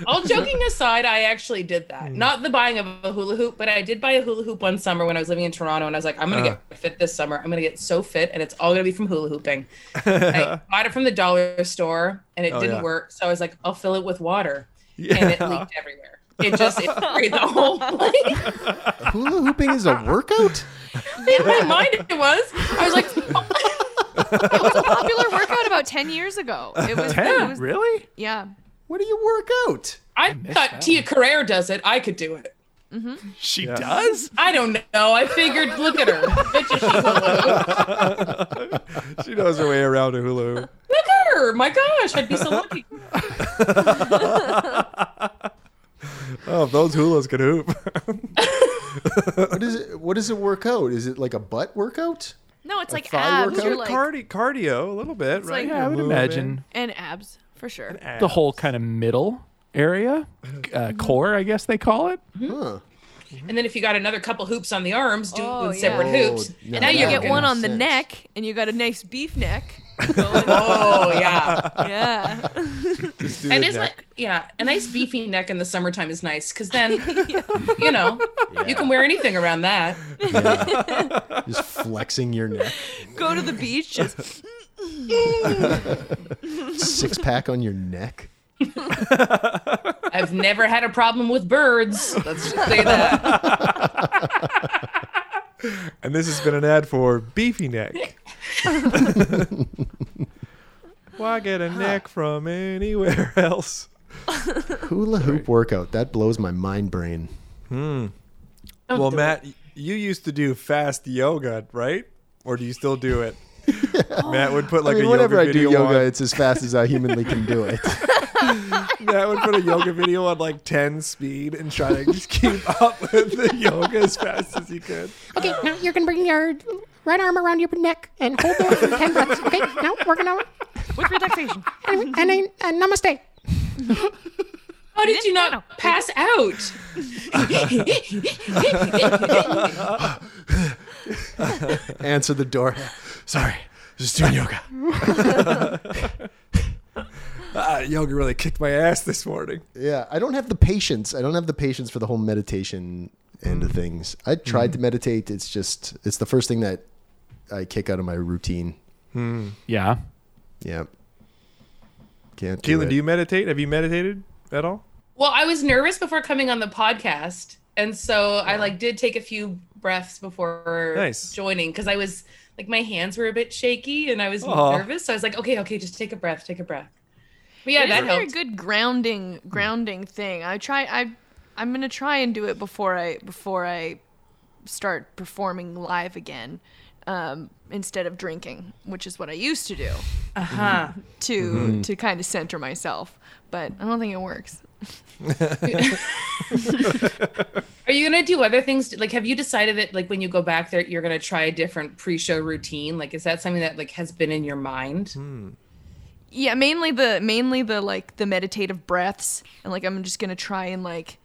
[SPEAKER 6] all joking aside, I actually did that.
[SPEAKER 1] Hmm.
[SPEAKER 6] Not the buying of a hula hoop, but I did buy a hula hoop one summer when I was living in Toronto, and I was like, I'm gonna
[SPEAKER 1] Uh.
[SPEAKER 6] get fit this summer. I'm gonna get so fit, and it's all gonna be from hula hooping. I bought it from the dollar store, and it
[SPEAKER 1] Oh,
[SPEAKER 6] didn't
[SPEAKER 1] yeah.
[SPEAKER 6] work, so I was like, I'll fill it with water, and it
[SPEAKER 1] Yeah.
[SPEAKER 6] leaked everywhere. It just it sprayed the whole place.
[SPEAKER 4] Hula hooping is a workout?
[SPEAKER 6] In my mind, it was. I was like,
[SPEAKER 2] It was a popular workout about 10 years ago. It was, it was
[SPEAKER 3] really?
[SPEAKER 2] yeah.
[SPEAKER 4] What do you work out?
[SPEAKER 6] I thought Tia Carrere does it. I could do it.
[SPEAKER 3] She does.
[SPEAKER 6] I don't know. I figured, look at her. Bitch, is she hula hoop.
[SPEAKER 1] she knows her way around a hula hoop.
[SPEAKER 6] Look at her. My gosh, I'd be so lucky.
[SPEAKER 1] Oh, if those hulas could hoop.
[SPEAKER 4] What is it? What does it work out? Is it like a butt workout?
[SPEAKER 2] No, it's like
[SPEAKER 4] thigh
[SPEAKER 2] abs.
[SPEAKER 4] workout?
[SPEAKER 2] You're like,
[SPEAKER 1] Cardi- cardio, a little bit, right?
[SPEAKER 2] like-
[SPEAKER 1] You're
[SPEAKER 3] Yeah, I would
[SPEAKER 1] moving.
[SPEAKER 3] imagine
[SPEAKER 2] and abs, for sure.
[SPEAKER 3] the whole kind of middle area, uh, core, I guess they call it.
[SPEAKER 4] Huh.
[SPEAKER 6] And then if you got another couple hoops on the arms, do
[SPEAKER 2] Oh,
[SPEAKER 6] it with
[SPEAKER 2] yeah.
[SPEAKER 6] separate hoops.
[SPEAKER 4] Oh, no,
[SPEAKER 2] And now you
[SPEAKER 4] that
[SPEAKER 2] get
[SPEAKER 4] makes
[SPEAKER 2] one on the
[SPEAKER 4] sense.
[SPEAKER 2] neck, and you got a nice beef neck. going.
[SPEAKER 6] Oh yeah,
[SPEAKER 2] yeah.
[SPEAKER 1] Just do
[SPEAKER 6] and
[SPEAKER 1] the
[SPEAKER 6] it's
[SPEAKER 1] neck.
[SPEAKER 6] like yeah, a nice beefy neck in the summertime is nice because then you know you can wear anything around that.
[SPEAKER 4] Just flexing your neck.
[SPEAKER 2] Go to the beach, just
[SPEAKER 4] Six pack on your neck.
[SPEAKER 6] I've never had a problem with birds. Let's just say that.
[SPEAKER 1] and this has been an ad for beefy neck. Why get a neck from anywhere else?
[SPEAKER 4] Hula hoop workout. That blows my mind brain.
[SPEAKER 6] Don't
[SPEAKER 1] well,
[SPEAKER 6] do it.
[SPEAKER 1] Matt, y- you used to do fast yoga, right? Or do you still do it? Matt would put like
[SPEAKER 4] I mean,
[SPEAKER 1] a
[SPEAKER 4] whenever
[SPEAKER 1] yoga
[SPEAKER 4] I do
[SPEAKER 1] video
[SPEAKER 4] yoga,
[SPEAKER 1] on.
[SPEAKER 4] it's as fast as I humanly can do it.
[SPEAKER 1] Matt would put a yoga video on like ten speed and try to just keep up with the yoga as fast as he could.
[SPEAKER 7] Okay, now you're gonna bring your right arm around your neck and hold there for ten breaths. Okay, now we're gonna
[SPEAKER 2] with relaxation.
[SPEAKER 7] and, and, and namaste.
[SPEAKER 6] How did you not pass out?
[SPEAKER 4] Answer the door. Sorry, just doing yoga.
[SPEAKER 1] Ah, yoga really kicked my ass this morning.
[SPEAKER 4] Yeah, I don't have the patience. I don't have the patience for the whole meditation end
[SPEAKER 1] Mm.
[SPEAKER 4] of things. I tried to meditate. It's just it's the first thing that I kick out of my routine.
[SPEAKER 3] Yeah.
[SPEAKER 4] Yeah. Can't. do
[SPEAKER 1] Keelan,
[SPEAKER 4] it.
[SPEAKER 1] do you meditate? Have you meditated at all?
[SPEAKER 6] Well, I was nervous before coming on the podcast, and so I like did take a few breaths before
[SPEAKER 1] Nice.
[SPEAKER 6] joining because I was like my hands were a bit shaky and I was
[SPEAKER 1] Aw.
[SPEAKER 6] nervous. So I was like, okay, okay, just take a breath, take a breath. But yeah,
[SPEAKER 2] It is
[SPEAKER 6] that
[SPEAKER 2] a very
[SPEAKER 6] helped.
[SPEAKER 2] good grounding grounding thing. I try I I'm gonna try and do it before I before I start performing live again. Um, instead of drinking, which is what I used to do
[SPEAKER 6] Huh.
[SPEAKER 2] to to kind of center myself. But I don't think it works.
[SPEAKER 6] Are you gonna do other things? Like, have you decided that like when you go back there, you're gonna try a different pre-show routine? Like, is that something that like has been in your mind?
[SPEAKER 1] Hmm.
[SPEAKER 2] Yeah, mainly the mainly the like the meditative breaths and like I'm just gonna try and like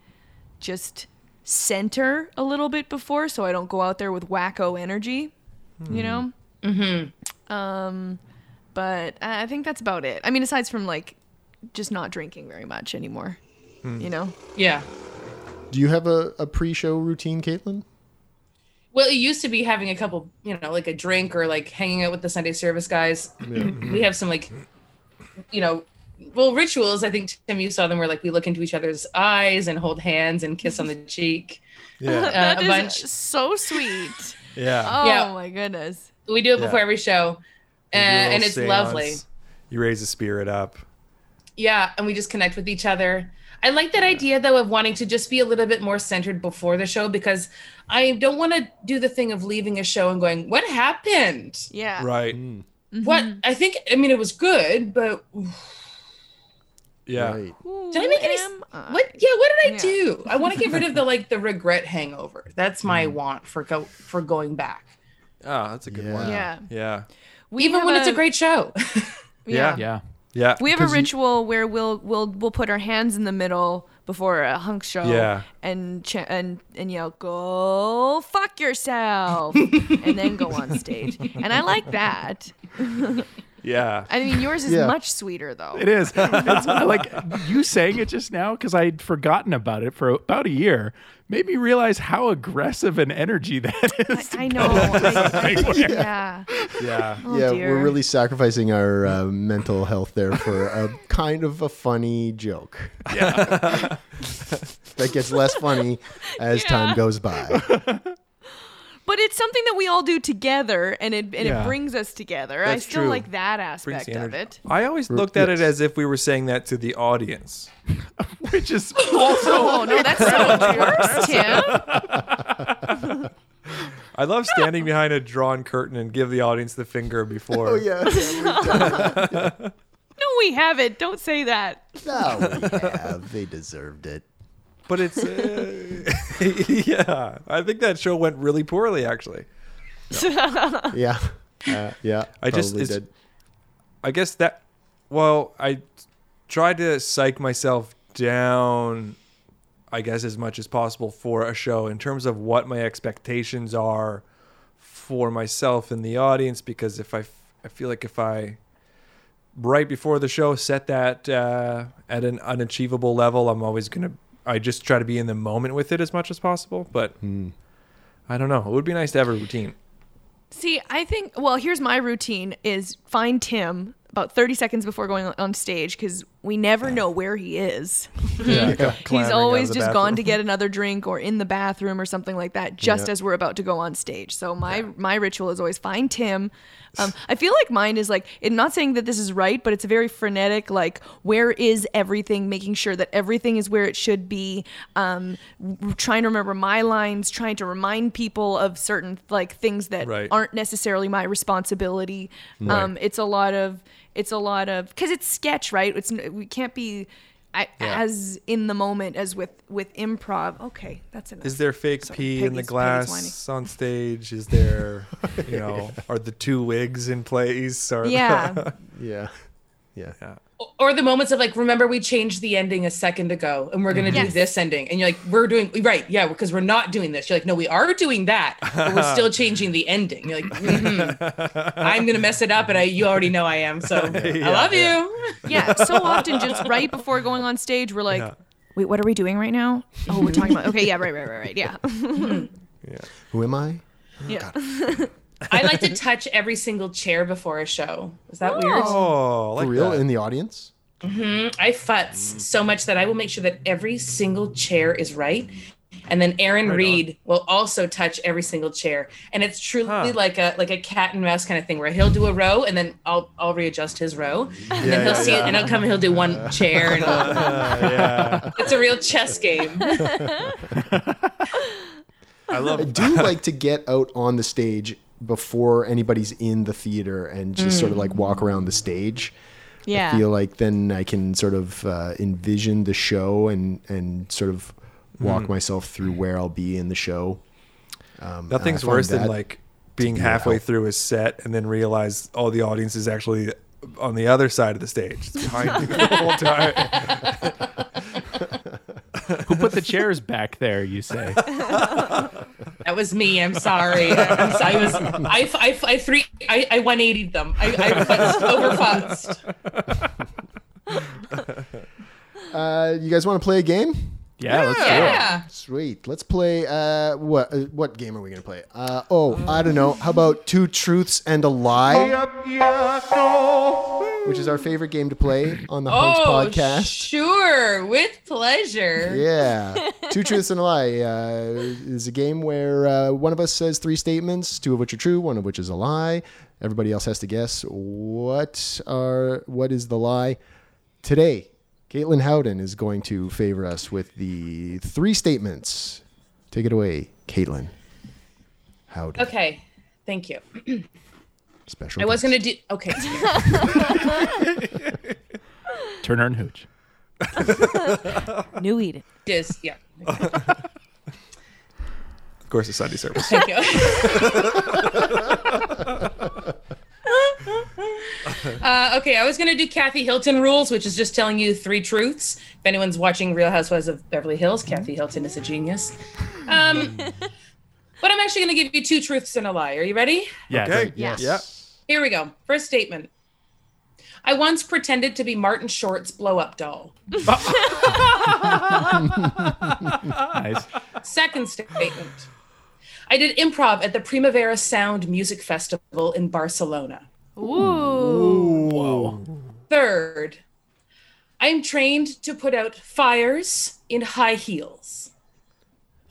[SPEAKER 2] just center a little bit before so I don't go out there with wacko energy.
[SPEAKER 1] Hmm.
[SPEAKER 2] You know? Mm-hmm. Um
[SPEAKER 6] Mm-hmm.
[SPEAKER 2] but I I think that's about it. I mean aside from like just not drinking very much anymore.
[SPEAKER 1] Hmm.
[SPEAKER 2] You know?
[SPEAKER 6] Yeah.
[SPEAKER 4] Do you have a, a pre-show routine, Caitlin?
[SPEAKER 6] Well, it used to be having a couple, you know, like a drink or like hanging out with the Sunday service guys. we have some like, you know, well, rituals. I think Tim, you saw them where like we look into each other's eyes and hold hands and kiss on the cheek.
[SPEAKER 1] Yeah,
[SPEAKER 6] Uh,
[SPEAKER 2] Oh, That
[SPEAKER 6] a
[SPEAKER 2] is
[SPEAKER 6] bunch.
[SPEAKER 2] so sweet.
[SPEAKER 1] yeah.
[SPEAKER 2] Oh
[SPEAKER 6] Yeah.
[SPEAKER 2] my goodness.
[SPEAKER 6] We do it before
[SPEAKER 1] Yeah.
[SPEAKER 6] every show, uh, and it's lovely.
[SPEAKER 1] You raise the spirit up.
[SPEAKER 6] Yeah, and we just connect with each other. I like that idea though of wanting to just be a little bit more centered before the show because I don't want to do the thing of leaving a show and going, "What happened?
[SPEAKER 2] Yeah.
[SPEAKER 1] Right.
[SPEAKER 4] Mm,
[SPEAKER 6] What
[SPEAKER 2] Mm-hmm.
[SPEAKER 6] I think I mean it was good, but
[SPEAKER 1] Yeah.
[SPEAKER 4] Right.
[SPEAKER 6] Did I make any?
[SPEAKER 2] Am I?
[SPEAKER 6] What? Yeah. What did I
[SPEAKER 2] Yeah.
[SPEAKER 6] do? I want to get rid of the like the regret hangover. That's my
[SPEAKER 2] Mm.
[SPEAKER 6] want for go for going back,
[SPEAKER 1] Oh, that's a good
[SPEAKER 4] Yeah.
[SPEAKER 1] one.
[SPEAKER 2] Yeah.
[SPEAKER 1] Yeah.
[SPEAKER 2] We
[SPEAKER 6] even
[SPEAKER 2] have
[SPEAKER 6] when it's a great show.
[SPEAKER 1] Yeah.
[SPEAKER 3] Yeah.
[SPEAKER 1] Yeah.
[SPEAKER 2] We have a
[SPEAKER 4] 'Cause you-
[SPEAKER 2] ritual where we'll we'll we'll put our hands in the middle before a hunk show
[SPEAKER 1] Yeah.
[SPEAKER 2] and ch- and and yell go fuck yourself and then go on stage and I like that.
[SPEAKER 1] Yeah.
[SPEAKER 2] I mean, yours is
[SPEAKER 4] Yeah.
[SPEAKER 2] much sweeter though.
[SPEAKER 3] It is. It's like you saying it just now because I'd forgotten about it for about a year made me realize how aggressive an energy that is.
[SPEAKER 2] I know. I, I, yeah.
[SPEAKER 1] Yeah.
[SPEAKER 2] Oh,
[SPEAKER 4] yeah,
[SPEAKER 2] dear.
[SPEAKER 4] we're really sacrificing our uh, mental health there for a kind of a funny joke. Yeah. that gets less funny as time goes by.
[SPEAKER 2] But it's something that we all do together, and it and
[SPEAKER 3] Yeah.
[SPEAKER 2] it brings us together. I
[SPEAKER 1] That's
[SPEAKER 2] still
[SPEAKER 1] true.
[SPEAKER 2] like that
[SPEAKER 1] Brings
[SPEAKER 2] aspect
[SPEAKER 1] the
[SPEAKER 2] of
[SPEAKER 1] energy.
[SPEAKER 2] it.
[SPEAKER 1] I always looked at it as if we were saying that to the audience.
[SPEAKER 3] Which is also
[SPEAKER 2] Oh no, that's so much worse, Tim.
[SPEAKER 1] I love standing behind a drawn curtain and give the audience the finger before.
[SPEAKER 4] Oh yeah.
[SPEAKER 2] No, we haven't. Don't say that.
[SPEAKER 4] No, we have. They deserved it.
[SPEAKER 1] But it's uh, yeah. I think that show went really poorly actually.
[SPEAKER 4] Yeah. Uh, yeah.
[SPEAKER 1] I just-
[SPEAKER 4] probably
[SPEAKER 1] it's-
[SPEAKER 4] did.
[SPEAKER 1] I guess that well, I tried to psych myself down I guess as much as possible for a show in terms of what my expectations are for myself and the audience because if I f- I feel like if I right before the show set that uh, at an unachievable level, I'm always going to I just try to be in the moment with it as much as possible, but I don't know. It would be nice to have a routine.
[SPEAKER 2] See, I think well, here's my routine is find Tim about 30 seconds before going on- on stage cuz we never know where he is. He's always just gone to get another drink or in the bathroom or something like that just as we're about to go on stage. So my my ritual is always find Tim. Um, I feel like mine is like I'm not saying that this is right, but it's a very frenetic like where is everything, making sure that everything is where it should be. Um, r- trying to remember my lines, trying to remind people of certain like things that
[SPEAKER 1] Right.
[SPEAKER 2] aren't necessarily my responsibility. Um, it's a lot of it's a lot of because it's sketch, right? It's n- we can't be. I,
[SPEAKER 1] Yeah.
[SPEAKER 2] as in the moment as with with improv. Okay, that's enough.
[SPEAKER 1] Is there fake
[SPEAKER 2] Sorry,
[SPEAKER 1] pee in the
[SPEAKER 2] Peggy's- Peggy's
[SPEAKER 1] glass on stage? Is there, you know, are the two wigs in place? Or
[SPEAKER 2] Yeah,
[SPEAKER 4] Yeah. Yeah.
[SPEAKER 6] or the moments of like, remember we changed the ending a second ago, and we're gonna
[SPEAKER 2] Mm-hmm. Yes.
[SPEAKER 6] do this ending, and you're like, we're doing right, yeah, because we're not doing this. You're like, no, we are doing that, but we're still changing the ending. You're like, "Mhm. I'm gonna mess it up, and I, you already know I am. So I love you.
[SPEAKER 2] yeah. So often, just right before going on stage, we're like, "Wait, what are we doing right now? Oh, we're talking about okay, yeah, right, right, right, right, yeah,
[SPEAKER 4] Who am I?
[SPEAKER 2] yeah."
[SPEAKER 6] I like to touch every single chair before a show. Is that weird?
[SPEAKER 1] Oh, I like
[SPEAKER 4] For real
[SPEAKER 1] that.
[SPEAKER 4] in the audience?
[SPEAKER 6] I futz so much that I will make sure that every single chair is right. And then Aaron Reed will also touch every single chair. And it's truly
[SPEAKER 1] Huh.
[SPEAKER 6] like a like a cat and mouse kind of thing where he'll do a row and then I'll I'll readjust his row. and then he'll
[SPEAKER 1] yeah,
[SPEAKER 6] see it and he'll come and he'll do one chair and it's a real chess game.
[SPEAKER 1] I
[SPEAKER 4] I
[SPEAKER 1] love.
[SPEAKER 4] do like to get out on the stage before anybody's in the theater and just sort of like walk around the stage. I feel
[SPEAKER 2] yeah.
[SPEAKER 4] like then I can sort of uh, envision the show and and sort of
[SPEAKER 1] Mm.
[SPEAKER 4] walk myself through where I'll be in the show. Um,
[SPEAKER 1] Nothing's
[SPEAKER 4] I find
[SPEAKER 1] worse than
[SPEAKER 4] that-
[SPEAKER 1] like being
[SPEAKER 4] be
[SPEAKER 1] halfway
[SPEAKER 4] helpful.
[SPEAKER 1] through a set and then realize all the audience is actually on the other side of the stage. It's behind you the whole time.
[SPEAKER 3] who put the chairs back there, you say.
[SPEAKER 6] That was me. I'm sorry. I'm sorry. I was I I, I three I, I 180'd them. I, I futzed over futzed.
[SPEAKER 4] Uh, you guys want to play a game?
[SPEAKER 3] Yeah, let's do it.
[SPEAKER 6] Yeah.
[SPEAKER 4] Sweet. Let's play. Uh, what uh, what game are we gonna play? Uh, oh, I don't know. How about two truths and a lie, which is our favorite game to play on the Hunks
[SPEAKER 6] Oh,
[SPEAKER 4] podcast.
[SPEAKER 6] Sure, with pleasure.
[SPEAKER 4] Yeah. Two truths and a lie uh, is a game where uh, one of us says three statements, two of which are true, one of which is a lie. Everybody else has to guess what are what is the lie. Today, Caitlin Howden is going to favor us with the three statements. Take it away, Caitlin. Howden.
[SPEAKER 6] Okay, thank you.
[SPEAKER 4] Special.
[SPEAKER 6] I was
[SPEAKER 4] guest.
[SPEAKER 6] gonna do okay.
[SPEAKER 3] Turner and Hooch.
[SPEAKER 2] New Eden.
[SPEAKER 6] Dis, yeah.
[SPEAKER 1] Of course, it's Sunday service.
[SPEAKER 6] Thank you. uh, okay, I was gonna do Kathy Hilton rules, which is just telling you three truths. If anyone's watching Real Housewives of Beverly Hills, Kathy Hilton is a genius. Um, but I'm actually gonna give you two truths and a lie. Are you ready?
[SPEAKER 3] Yeah.
[SPEAKER 1] Okay.
[SPEAKER 2] Yes.
[SPEAKER 1] Yeah.
[SPEAKER 6] Here we go. First statement. I once pretended to be Martin Short's blow up doll.
[SPEAKER 3] Nice.
[SPEAKER 6] Second statement I did improv at the Primavera Sound Music Festival in Barcelona.
[SPEAKER 2] Ooh.
[SPEAKER 6] Third, I'm trained to put out fires in high heels.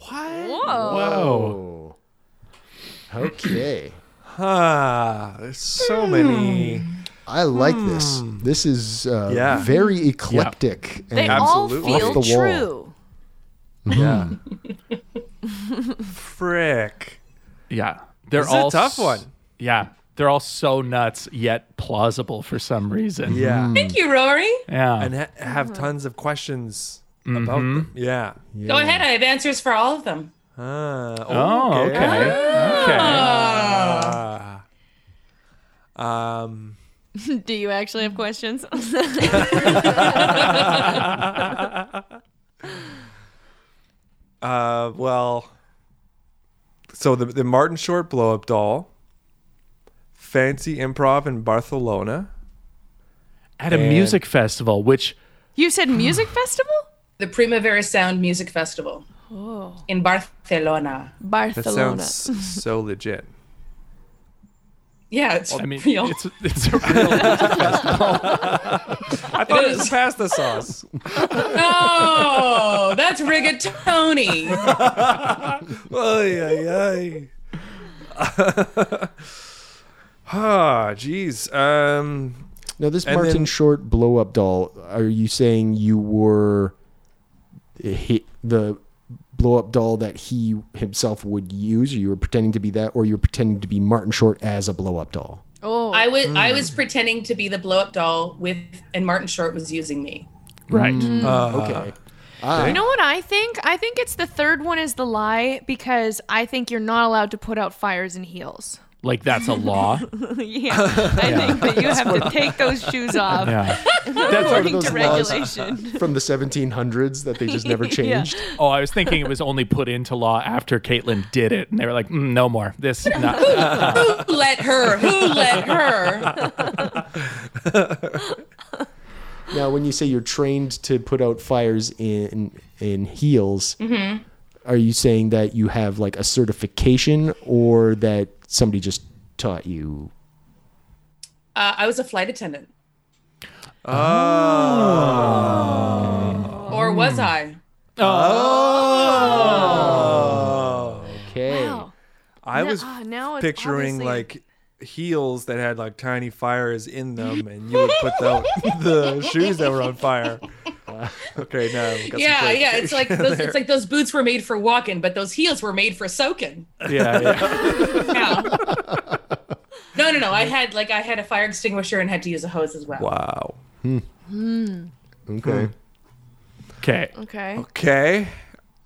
[SPEAKER 2] Whoa.
[SPEAKER 3] Whoa.
[SPEAKER 4] Oh. Okay.
[SPEAKER 1] Ah, there's so many.
[SPEAKER 2] Hmm.
[SPEAKER 4] I like this. This is uh,
[SPEAKER 1] Hmm. Yeah.
[SPEAKER 4] very eclectic.
[SPEAKER 2] They
[SPEAKER 4] and
[SPEAKER 1] Absolutely.
[SPEAKER 2] all
[SPEAKER 4] off
[SPEAKER 2] feel
[SPEAKER 4] the wall.
[SPEAKER 2] true.
[SPEAKER 1] Yeah. Frick.
[SPEAKER 3] Yeah. They're
[SPEAKER 1] This is a
[SPEAKER 3] all
[SPEAKER 1] tough one.
[SPEAKER 3] Yeah. They're all so nuts yet plausible for some reason.
[SPEAKER 1] Yeah.
[SPEAKER 4] Hmm.
[SPEAKER 6] Thank you, Rory.
[SPEAKER 3] Yeah.
[SPEAKER 1] And ha- have tons of questions about
[SPEAKER 4] Mm-hmm.
[SPEAKER 1] them. Yeah.
[SPEAKER 6] Go ahead. I have answers for all of them.
[SPEAKER 1] Ah,
[SPEAKER 3] oh, okay. Okay.
[SPEAKER 1] Um,
[SPEAKER 2] Do you actually have questions?
[SPEAKER 1] uh, well, so the, the Martin Short blow up doll, fancy improv in Barcelona.
[SPEAKER 3] At a
[SPEAKER 1] And-
[SPEAKER 3] music festival, which
[SPEAKER 2] you said music festival?
[SPEAKER 6] The Primavera Sound Music Festival in Barcelona.
[SPEAKER 1] That
[SPEAKER 2] Barcelona.
[SPEAKER 1] sounds so legit.
[SPEAKER 6] Yeah, it's
[SPEAKER 3] I mean,
[SPEAKER 6] real.
[SPEAKER 3] it's it's a real
[SPEAKER 1] I thought it
[SPEAKER 6] is.
[SPEAKER 1] was pasta sauce.
[SPEAKER 6] Oh, that's rigatoni.
[SPEAKER 1] Ay, ay, ay. Ah, jeez. Um,
[SPEAKER 4] Now, this
[SPEAKER 1] And
[SPEAKER 4] Martin
[SPEAKER 1] then-
[SPEAKER 4] Short blow up doll, are you saying you were hi- the blow up doll that he himself would use, or you were pretending to be that, or you were pretending to be Martin Short as a blow up doll?
[SPEAKER 2] oh.
[SPEAKER 6] I was
[SPEAKER 3] Mm.
[SPEAKER 6] I was pretending to be the blow up doll with, and Martin Short was using me.
[SPEAKER 3] right.
[SPEAKER 1] Mm. Uh,
[SPEAKER 4] Okay.
[SPEAKER 2] You know what I think? I think it's the third one is the lie because I think you're not allowed to put out fires in heels.
[SPEAKER 3] Like that's a law.
[SPEAKER 2] yeah. I think that you have to take those shoes off
[SPEAKER 3] Yeah.
[SPEAKER 2] according
[SPEAKER 4] those
[SPEAKER 2] to
[SPEAKER 4] laws.
[SPEAKER 2] regulation.
[SPEAKER 4] From the 1700s that they just never
[SPEAKER 2] Yeah.
[SPEAKER 4] changed.
[SPEAKER 3] Oh, I was thinking it was only put into law after Caitlyn did it, and they were like, mm, "No more. This." Not,
[SPEAKER 6] Who let her? Who let her?
[SPEAKER 4] Now, when you say you're trained to put out fires in in heels,
[SPEAKER 2] Mm-hmm.
[SPEAKER 4] are you saying that you have like a certification, or that somebody just taught you?
[SPEAKER 6] Uh, I was a flight attendant. Oh. Or was I?
[SPEAKER 4] Okay.
[SPEAKER 2] Wow.
[SPEAKER 1] I
[SPEAKER 2] No-
[SPEAKER 1] was
[SPEAKER 2] ah, now it's
[SPEAKER 1] picturing
[SPEAKER 2] obviously-
[SPEAKER 1] like heels that had like tiny fires in them, and you would put out the shoes that were on fire. Okay, now I've got some
[SPEAKER 6] Yeah,
[SPEAKER 1] clarity.
[SPEAKER 6] yeah. It's like those, it's like those boots were made for walking, but those heels were made for soaking.
[SPEAKER 3] yeah, yeah.
[SPEAKER 6] Yeah. no, no, no. I had like I had a fire extinguisher and had to use a hose as well.
[SPEAKER 1] Wow.
[SPEAKER 4] Okay.
[SPEAKER 3] Okay.
[SPEAKER 2] Okay.
[SPEAKER 1] Okay.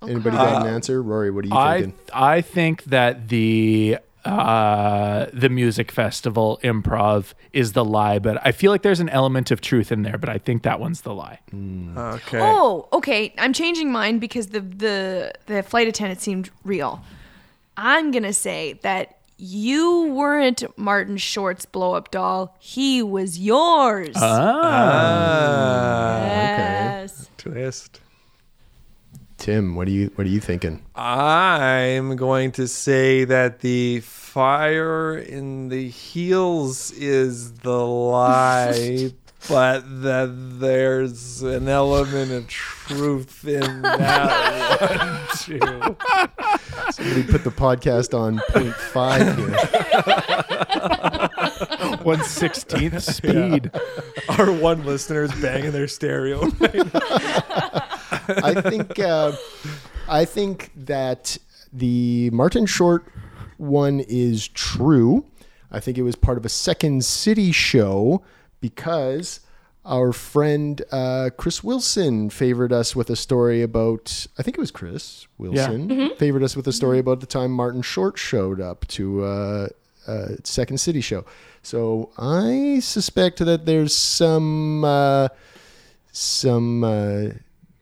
[SPEAKER 4] Anybody got an answer, Rory? What are you
[SPEAKER 3] I
[SPEAKER 4] thinking?
[SPEAKER 3] I think that the uh the music festival improv is the lie, but I feel like there's an element of truth in there, but I think that one's the lie.
[SPEAKER 1] Okay.
[SPEAKER 2] Oh, okay. I'm changing mine because the the the flight attendant seemed real. I'm gonna say that you weren't Martin Short's blow up doll. He was yours. Ah. yes.
[SPEAKER 1] Twist.
[SPEAKER 4] Tim, what are you what are you thinking?
[SPEAKER 1] I'm going to say that the fire in the heels is the lie, but that there's an element of truth in that one too.
[SPEAKER 4] Somebody put the podcast on point five here.
[SPEAKER 3] One sixteenth speed.
[SPEAKER 1] Our one listener is banging their stereo.
[SPEAKER 4] I think uh, I think that the Martin Short one is true. I think it was part of a Second City show because our friend uh, Chris Wilson favored us with a story about. I think it was Chris Wilson favored us with a story about the time Martin Short showed up to. Uh, uh, Second City show. So I suspect that there's some uh, some uh,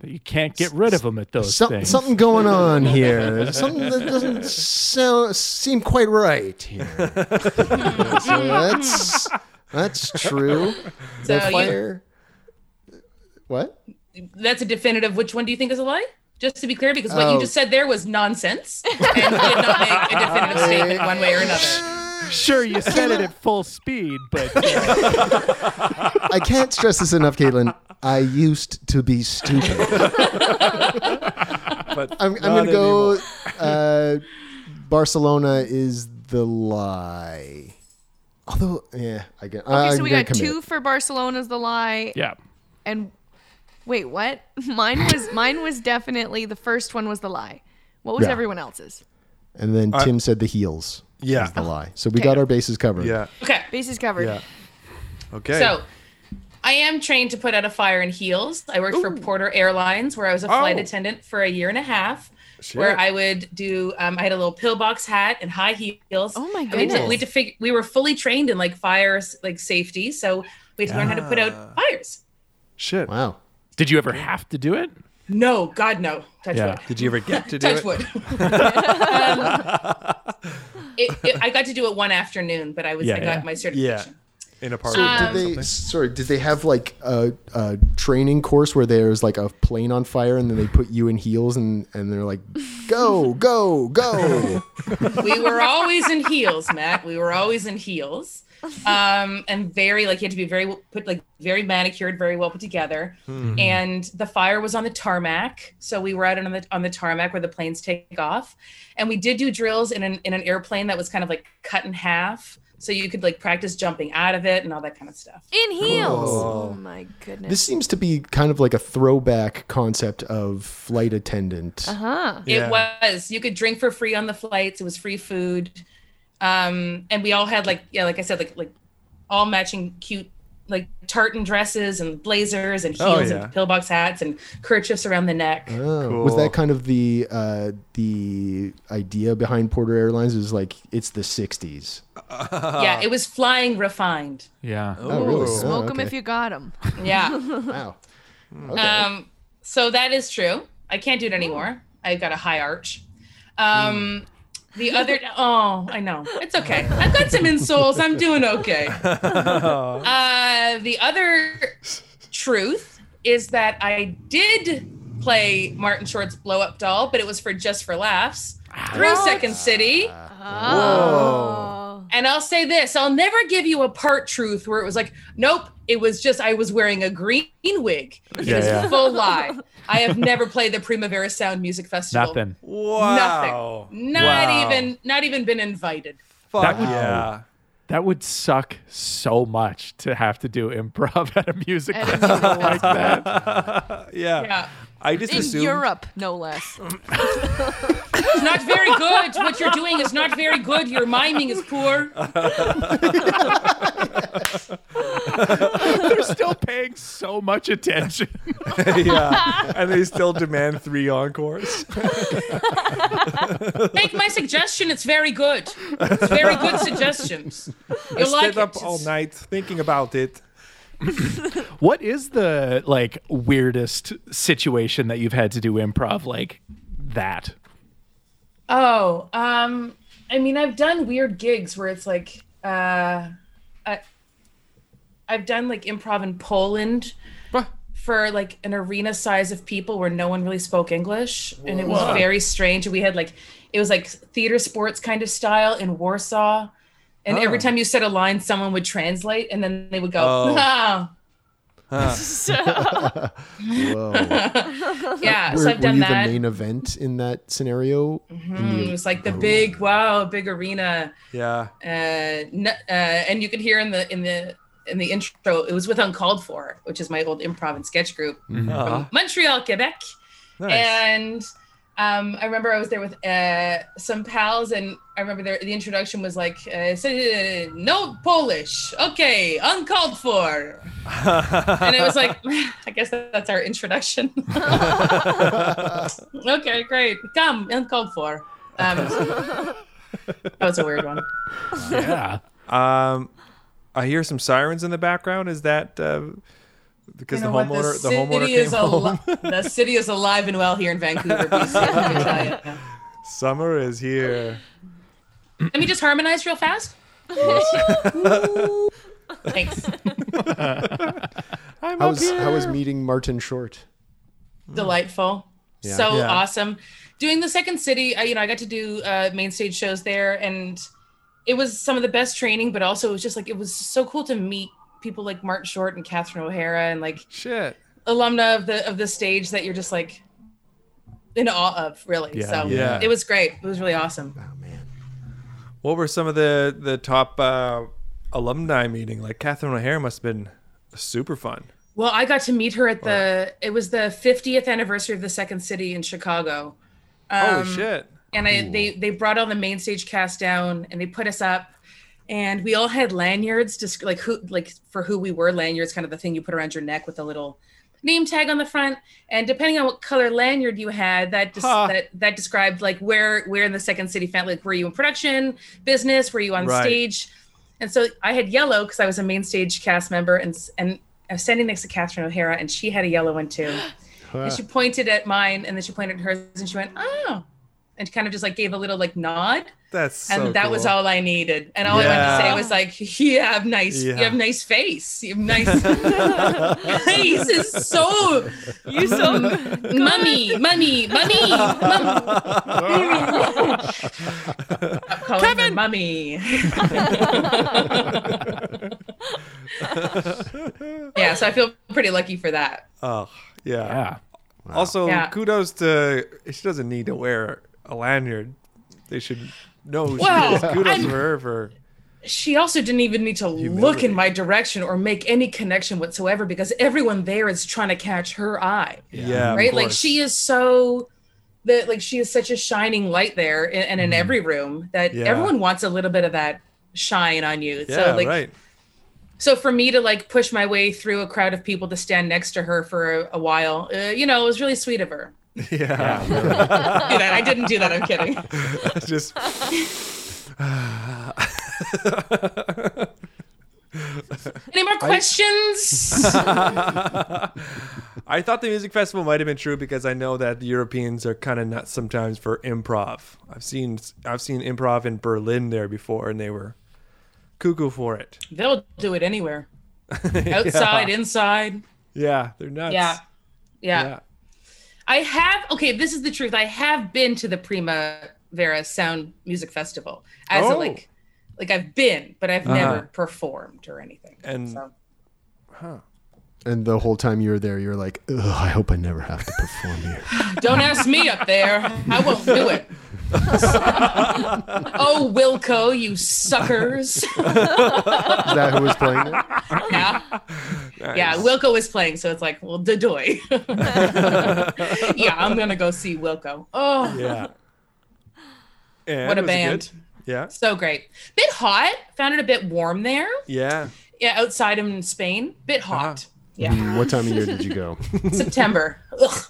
[SPEAKER 3] You can't get rid of them at those
[SPEAKER 4] some-
[SPEAKER 3] things.
[SPEAKER 4] Something going on here. something that doesn't so, seem quite right here. so that's That's true.
[SPEAKER 6] So
[SPEAKER 4] the
[SPEAKER 6] you-
[SPEAKER 4] fire. What?
[SPEAKER 6] That's a definitive. Which one do you think is a lie? Just to be clear, because what
[SPEAKER 4] Oh.
[SPEAKER 6] you just said there was nonsense and did not make a definitive statement one way or another.
[SPEAKER 3] Sure, you said it at full speed, but
[SPEAKER 4] I can't stress this enough, Caitlin. I used to be stupid.
[SPEAKER 1] But
[SPEAKER 4] I'm, I'm
[SPEAKER 1] not
[SPEAKER 4] going to go.
[SPEAKER 1] anymore.
[SPEAKER 4] Uh, Barcelona is the lie. Although, yeah, I get.
[SPEAKER 2] Okay,
[SPEAKER 4] I'm
[SPEAKER 2] so we
[SPEAKER 4] gonna
[SPEAKER 2] got
[SPEAKER 4] commit.
[SPEAKER 2] two for Barcelona's the lie,
[SPEAKER 3] yeah.
[SPEAKER 2] and wait, what? Mine was mine was definitely the first one was the lie. What was
[SPEAKER 4] Yeah.
[SPEAKER 2] everyone else's?
[SPEAKER 4] And then Tim said the heels.
[SPEAKER 1] Uh, Yeah.
[SPEAKER 4] is the lie. So we got our bases covered.
[SPEAKER 1] Yeah.
[SPEAKER 6] Okay.
[SPEAKER 2] Bases covered.
[SPEAKER 1] Yeah. Okay.
[SPEAKER 6] So I am trained to put out a fire in heels. I worked for Porter Airlines where I was a flight
[SPEAKER 1] Oh.
[SPEAKER 6] attendant for a year and a half. Where
[SPEAKER 1] Shit.
[SPEAKER 6] I would do, um, I had a little pillbox hat and high heels.
[SPEAKER 2] Oh my
[SPEAKER 6] And We, had to,
[SPEAKER 2] goodness.
[SPEAKER 6] we, had to fig- we were fully trained in like fires, like safety. So we had to learn how to put out fires.
[SPEAKER 1] Shit.
[SPEAKER 4] Wow.
[SPEAKER 3] Did you ever have to do it?
[SPEAKER 6] No, God, no. Touch
[SPEAKER 3] Yeah.
[SPEAKER 6] wood.
[SPEAKER 1] Did you ever get to do
[SPEAKER 6] Touch
[SPEAKER 1] it?
[SPEAKER 6] wood. Um, it- it- I got to do it one afternoon, but I was
[SPEAKER 3] Yeah,
[SPEAKER 6] I got
[SPEAKER 3] yeah.
[SPEAKER 6] my
[SPEAKER 1] Yeah.
[SPEAKER 6] certification.
[SPEAKER 1] In a party.
[SPEAKER 4] So
[SPEAKER 6] Um,
[SPEAKER 4] did they? Sorry, did they have like a, a training course where there's like a plane on fire and then they put you in heels and and they're like, go, go, go.
[SPEAKER 6] We were always in heels, Matt. We were always in heels. Um, and very like you had to be very well- put like very manicured, very well put together. And the fire was on the tarmac, so we were out on the on the tarmac where the planes take off. And we did do drills in an in an airplane that was kind of like cut in half, so you could like practice jumping out of it and all that kind of stuff.
[SPEAKER 2] In heels. Oh my goodness.
[SPEAKER 4] this seems to be kind of like a throwback concept of flight attendant.
[SPEAKER 6] Ah.
[SPEAKER 2] huh.
[SPEAKER 1] Yeah.
[SPEAKER 6] It was. You could drink for free on the flights. It was free food, um, and we all had like yeah, like I said, like like all matching cute like tartan dresses and blazers and
[SPEAKER 1] Oh,
[SPEAKER 6] heels
[SPEAKER 1] yeah.
[SPEAKER 6] and pillbox hats and kerchiefs around the neck.
[SPEAKER 4] Oh,
[SPEAKER 1] Cool.
[SPEAKER 4] Was that kind of the uh, the idea behind Porter Airlines? Is like it's the '60s.
[SPEAKER 6] yeah, it was flying refined.
[SPEAKER 3] Yeah.
[SPEAKER 4] Oh, really?
[SPEAKER 1] Ooh.
[SPEAKER 4] Oh,
[SPEAKER 2] Smoke 'em
[SPEAKER 4] okay.
[SPEAKER 2] if you got 'em.
[SPEAKER 6] Yeah.
[SPEAKER 4] Wow. Okay.
[SPEAKER 6] um, so that is true. I can't do it anymore. I got a high arch. Um, The other, oh, I know. It's okay. I've got some insoles. I'm doing okay. Uh, the other truth is that I did play Martin Short's Blow Up Doll, but it was for just for laughs through Second City.
[SPEAKER 2] Oh.
[SPEAKER 6] And I'll say this I'll never give you a part truth where it was like, nope, it was just I was wearing a green wig. It
[SPEAKER 3] Yeah,
[SPEAKER 6] was
[SPEAKER 3] yeah.
[SPEAKER 6] a full lie. I have never played the Primavera Sound Music Festival.
[SPEAKER 3] Nothing.
[SPEAKER 1] Wow.
[SPEAKER 6] Nothing. Not
[SPEAKER 1] Wow.
[SPEAKER 6] even not even been invited.
[SPEAKER 1] Fuck
[SPEAKER 3] That would-
[SPEAKER 1] yeah.
[SPEAKER 3] That would suck so much to have to do improv at a music
[SPEAKER 2] At a
[SPEAKER 3] festival
[SPEAKER 2] music
[SPEAKER 3] like that.
[SPEAKER 1] yeah.
[SPEAKER 6] Yeah.
[SPEAKER 1] I just
[SPEAKER 2] In
[SPEAKER 1] assumed.
[SPEAKER 2] Europe, no less.
[SPEAKER 6] It's not very good. What you're doing is not very good. Your miming is poor.
[SPEAKER 3] They're still paying so much attention.
[SPEAKER 1] yeah. And they still demand three encores.
[SPEAKER 6] Make my suggestion. It's very good. It's very good suggestions. You like
[SPEAKER 1] Stayed
[SPEAKER 6] it.
[SPEAKER 1] up all night thinking about it.
[SPEAKER 3] what is the like weirdest situation that you've had to do improv like that?
[SPEAKER 6] Oh, um, I mean, I've done weird gigs where it's like, uh, I, I've done like improv in Poland for like an arena size of people where no one really spoke English, and it was very strange. We had like, it was like theater sports kind of style in Warsaw, and
[SPEAKER 4] Oh.
[SPEAKER 6] every time you said a line, someone would translate, and then they would go,
[SPEAKER 1] Oh.
[SPEAKER 6] "Ah."
[SPEAKER 4] Whoa. Were,
[SPEAKER 6] yeah. so
[SPEAKER 4] were
[SPEAKER 6] I've done
[SPEAKER 4] you
[SPEAKER 6] that.
[SPEAKER 4] the main event in that scenario? In
[SPEAKER 6] Mm, it
[SPEAKER 4] the-
[SPEAKER 6] was like the big wow, big arena.
[SPEAKER 1] Yeah.
[SPEAKER 6] uh, n- uh, and you could hear in the in the in the intro, it was with Uncalled For, which is my old improv and sketch group
[SPEAKER 1] Uh-huh.
[SPEAKER 6] from Montreal, Quebec.
[SPEAKER 1] Nice.
[SPEAKER 6] And um, I remember I was there with uh, some pals, and I remember there, the introduction was like, uh, "So, uh, "No Polish, okay, uncalled for," and it was like, "I guess that's our introduction." okay, great, come, uncalled for. Um, that was a weird one.
[SPEAKER 3] Yeah.
[SPEAKER 1] Um, I hear some sirens in the background. Is that uh, because the
[SPEAKER 6] You know what?
[SPEAKER 1] homeowner the, homeowner
[SPEAKER 6] city is
[SPEAKER 1] came home?
[SPEAKER 6] al- the city is alive and well here in Vancouver, BC. I can tell you.
[SPEAKER 1] Summer is here.
[SPEAKER 6] Let me just harmonize real fast. Thanks.
[SPEAKER 4] How was how was meeting Martin Short?
[SPEAKER 6] delightful so
[SPEAKER 1] Yeah.
[SPEAKER 6] awesome doing the second city I, you know i got to do uh, main stage shows there and it was some of the best training but also it was just like it was so cool to meet people like martin short and catherine o'hara and like
[SPEAKER 1] Shit.
[SPEAKER 6] alumna of the of the stage that you're just like in awe of really
[SPEAKER 3] Yeah,
[SPEAKER 6] so
[SPEAKER 1] yeah.
[SPEAKER 6] it was great it was really awesome
[SPEAKER 1] What were some of the the top uh, alumni meeting? Like Catherine O'Hara must have been super fun.
[SPEAKER 6] well i got to meet her at the it was the 50th anniversary of the second city in chicago Um,
[SPEAKER 1] Holy shit.
[SPEAKER 6] and I, they they brought all the main stage cast down and they put us up and we all had lanyards just like who like for who we were lanyards kind of the thing you put around your neck with a little name tag on the front and depending on what color lanyard you had that just
[SPEAKER 1] Huh.
[SPEAKER 6] that that described like where where in the second city family like were you in production business were you on
[SPEAKER 1] Right.
[SPEAKER 6] stage and so i had yellow because i was a main stage cast member and s- and i was standing next to catherine o'hara and she had a yellow one too and she pointed at mine and then she pointed at hers and she went oh and kind of just like gave a little like nod
[SPEAKER 1] That's so
[SPEAKER 6] and that was
[SPEAKER 1] cool.
[SPEAKER 6] all i needed and all i wanted to
[SPEAKER 1] Yeah.
[SPEAKER 6] say was like you have nice
[SPEAKER 1] Yeah.
[SPEAKER 6] you have nice face you have nice face is so
[SPEAKER 2] You so
[SPEAKER 6] mummy mummy mummy mum. Stop calling her mummy yeah so i feel pretty lucky for that
[SPEAKER 1] Oh, yeah.
[SPEAKER 3] Yeah.
[SPEAKER 1] Also,
[SPEAKER 6] Yeah.
[SPEAKER 1] kudos to she doesn't need to wear a lanyard. They should know who
[SPEAKER 6] Well,
[SPEAKER 1] she is. Kudos
[SPEAKER 6] I'm-
[SPEAKER 1] for her for
[SPEAKER 6] she also didn't even need to look in my direction or make any connection whatsoever because everyone there is trying to catch her eye
[SPEAKER 1] yeah, of
[SPEAKER 6] right like
[SPEAKER 1] course.
[SPEAKER 6] she is so that like she is such a shining light there and, and in
[SPEAKER 1] Mm-hmm.
[SPEAKER 6] every room that
[SPEAKER 1] Yeah.
[SPEAKER 6] everyone wants a little bit of that shine on you
[SPEAKER 1] yeah,
[SPEAKER 6] so like
[SPEAKER 1] right.
[SPEAKER 6] so for me to like push my way through a crowd of people to stand next to her for a, a while uh, you know it was really sweet of her
[SPEAKER 1] Yeah,
[SPEAKER 6] You know, i didn't do that i'm kidding
[SPEAKER 1] just
[SPEAKER 6] any more questions
[SPEAKER 1] I thought the music festival might have been true because I know that the Europeans are kind of nuts sometimes for improv. I've seen I've seen improv in Berlin there before, and they were cuckoo for it.
[SPEAKER 6] they'll do it anywhere outside inside
[SPEAKER 1] Yeah, they're nuts.
[SPEAKER 6] yeah yeah,
[SPEAKER 1] yeah.
[SPEAKER 6] I have okay. This is the truth. I have been to the Primavera Sound Music Festival as a,
[SPEAKER 1] Oh. Uh-huh.
[SPEAKER 6] like, like I've been, but I've never performed or anything.
[SPEAKER 1] And-
[SPEAKER 4] And the whole time you were there, you were like, Ugh, I hope I never have to perform here.
[SPEAKER 6] don't ask me up there. I won't do it. oh, Wilco, you suckers!
[SPEAKER 4] Is that who was playing there?
[SPEAKER 6] yeah, yeah. Wilco is playing, so it's like, well, the doy. yeah, I'm gonna go see Wilco. Oh,
[SPEAKER 1] Yeah. And
[SPEAKER 6] What
[SPEAKER 1] was it
[SPEAKER 6] a
[SPEAKER 1] good?
[SPEAKER 6] band.
[SPEAKER 1] Yeah.
[SPEAKER 6] so great. Bit hot. Found it a bit warm there.
[SPEAKER 1] Yeah.
[SPEAKER 6] Yeah, outside in Spain, bit hot. Yeah,
[SPEAKER 4] What time of year did you go?
[SPEAKER 6] September. Ugh,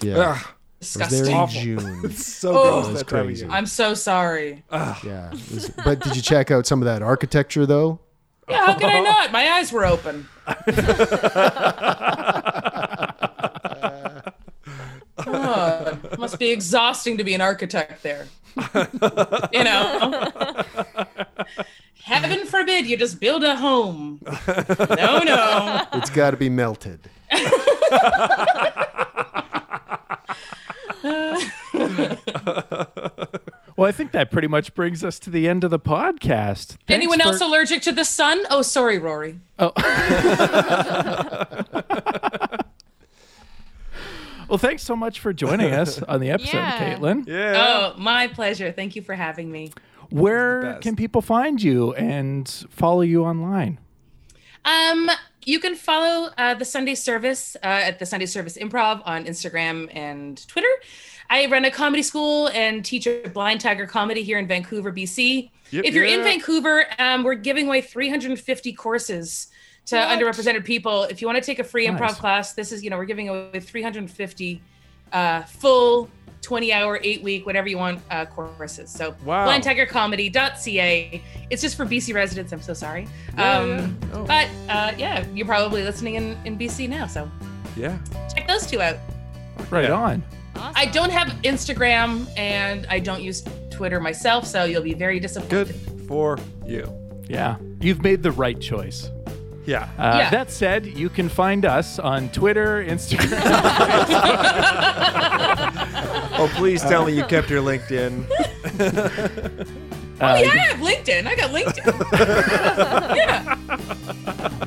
[SPEAKER 4] Yeah. I was
[SPEAKER 6] disgusting.
[SPEAKER 4] there in
[SPEAKER 1] Awful.
[SPEAKER 4] June.
[SPEAKER 1] So
[SPEAKER 6] Oh.
[SPEAKER 1] gross.
[SPEAKER 4] That's
[SPEAKER 1] That time of
[SPEAKER 4] crazy.
[SPEAKER 1] year.
[SPEAKER 6] I'm so sorry.
[SPEAKER 4] Yeah. it was- but did you check out some of that architecture though?
[SPEAKER 6] Yeah, how could I not? My eyes were open. God, must be exhausting to be an architect there. you know? Heaven forbid you just build a home. No, no.
[SPEAKER 4] It's got to be melted.
[SPEAKER 3] Well, I think that pretty much brings us to the end of the podcast. Thanks
[SPEAKER 6] Anyone
[SPEAKER 3] for-
[SPEAKER 6] else allergic to the sun? Oh, sorry, Rory.
[SPEAKER 3] Well, thanks so much for joining us on the episode,
[SPEAKER 2] Yeah.
[SPEAKER 3] Caitlin.
[SPEAKER 1] Yeah.
[SPEAKER 6] Oh, my pleasure. Thank you for having me.
[SPEAKER 3] Where
[SPEAKER 1] best.
[SPEAKER 3] can people find you and follow you online?
[SPEAKER 6] Um, you can follow uh, the Sunday Service uh, at the Sunday Service Improv on Instagram and Twitter. I run a comedy school and teach a blind tiger comedy here in Vancouver, BC.
[SPEAKER 1] Yep,
[SPEAKER 6] if you're in
[SPEAKER 1] yeah.
[SPEAKER 6] Vancouver, um, we're giving away 350 courses to underrepresented people. If you want to take a free
[SPEAKER 3] Nice.
[SPEAKER 6] improv class, this is you know we're giving away 350 uh, full 20 hour, eight week, whatever you want uh, courses. So
[SPEAKER 1] Wow.
[SPEAKER 6] blindtigercomedy.ca. It's just for BC residents. I'm so sorry. um,
[SPEAKER 3] Oh.
[SPEAKER 6] But uh, yeah, you're probably listening in, in BC now. So
[SPEAKER 1] Yeah.
[SPEAKER 6] check those two out.
[SPEAKER 3] Right
[SPEAKER 1] Yeah.
[SPEAKER 3] on.
[SPEAKER 6] I don't have Instagram and I don't use Twitter myself. So you'll be very disappointed.
[SPEAKER 1] Good for you.
[SPEAKER 3] Yeah. You've made the right choice.
[SPEAKER 1] Yeah.
[SPEAKER 3] Uh,
[SPEAKER 6] Yeah.
[SPEAKER 3] That said, you can find us on Twitter, Instagram.
[SPEAKER 1] Oh, please tell me you kept your LinkedIn.
[SPEAKER 3] uh,
[SPEAKER 6] Oh yeah, I have LinkedIn. I got LinkedIn. yeah.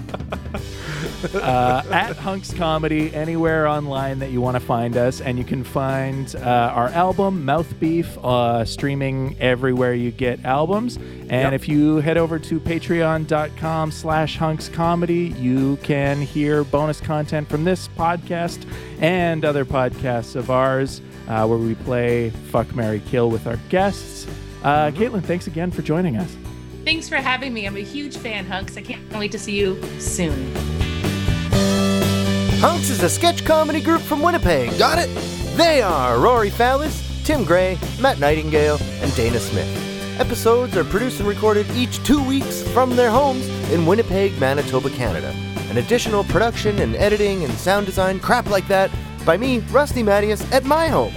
[SPEAKER 3] uh, at Hunks Comedy anywhere online that you want to find us, and you can find uh, our album Mouth Beef uh, streaming everywhere you get albums. And if you head over to Patreon.com/slash Hunks Comedy, you can hear bonus content from this podcast and other podcasts of ours, uh, where we play Fuck Mary Kill with our guests. Uh, Caitlin, thanks again for joining us.
[SPEAKER 6] Thanks for having me. I'm a huge fan, Hunks. I can't wait to see you soon.
[SPEAKER 5] Hunks is a sketch comedy group from Winnipeg. Got it? They are Rory Fallis, Tim Gray, Matt Nightingale, and Dana Smith. Episodes are produced and recorded each two weeks from their homes in Winnipeg, Manitoba, Canada. An additional production and editing and sound design crap like that by me, Rusty Mattias, at my home.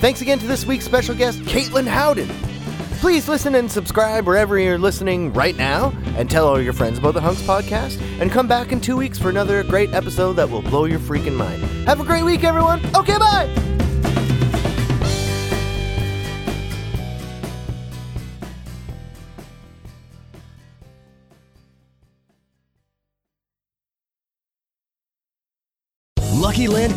[SPEAKER 5] Thanks again to this week's special guest, Caitlin Howden. Please listen and subscribe wherever you're listening right now, and tell all your friends about the Hunks podcast. And come back in two weeks for another great episode that will blow your freaking mind. Have a great week, everyone. Okay, bye.
[SPEAKER 8] Lucky Land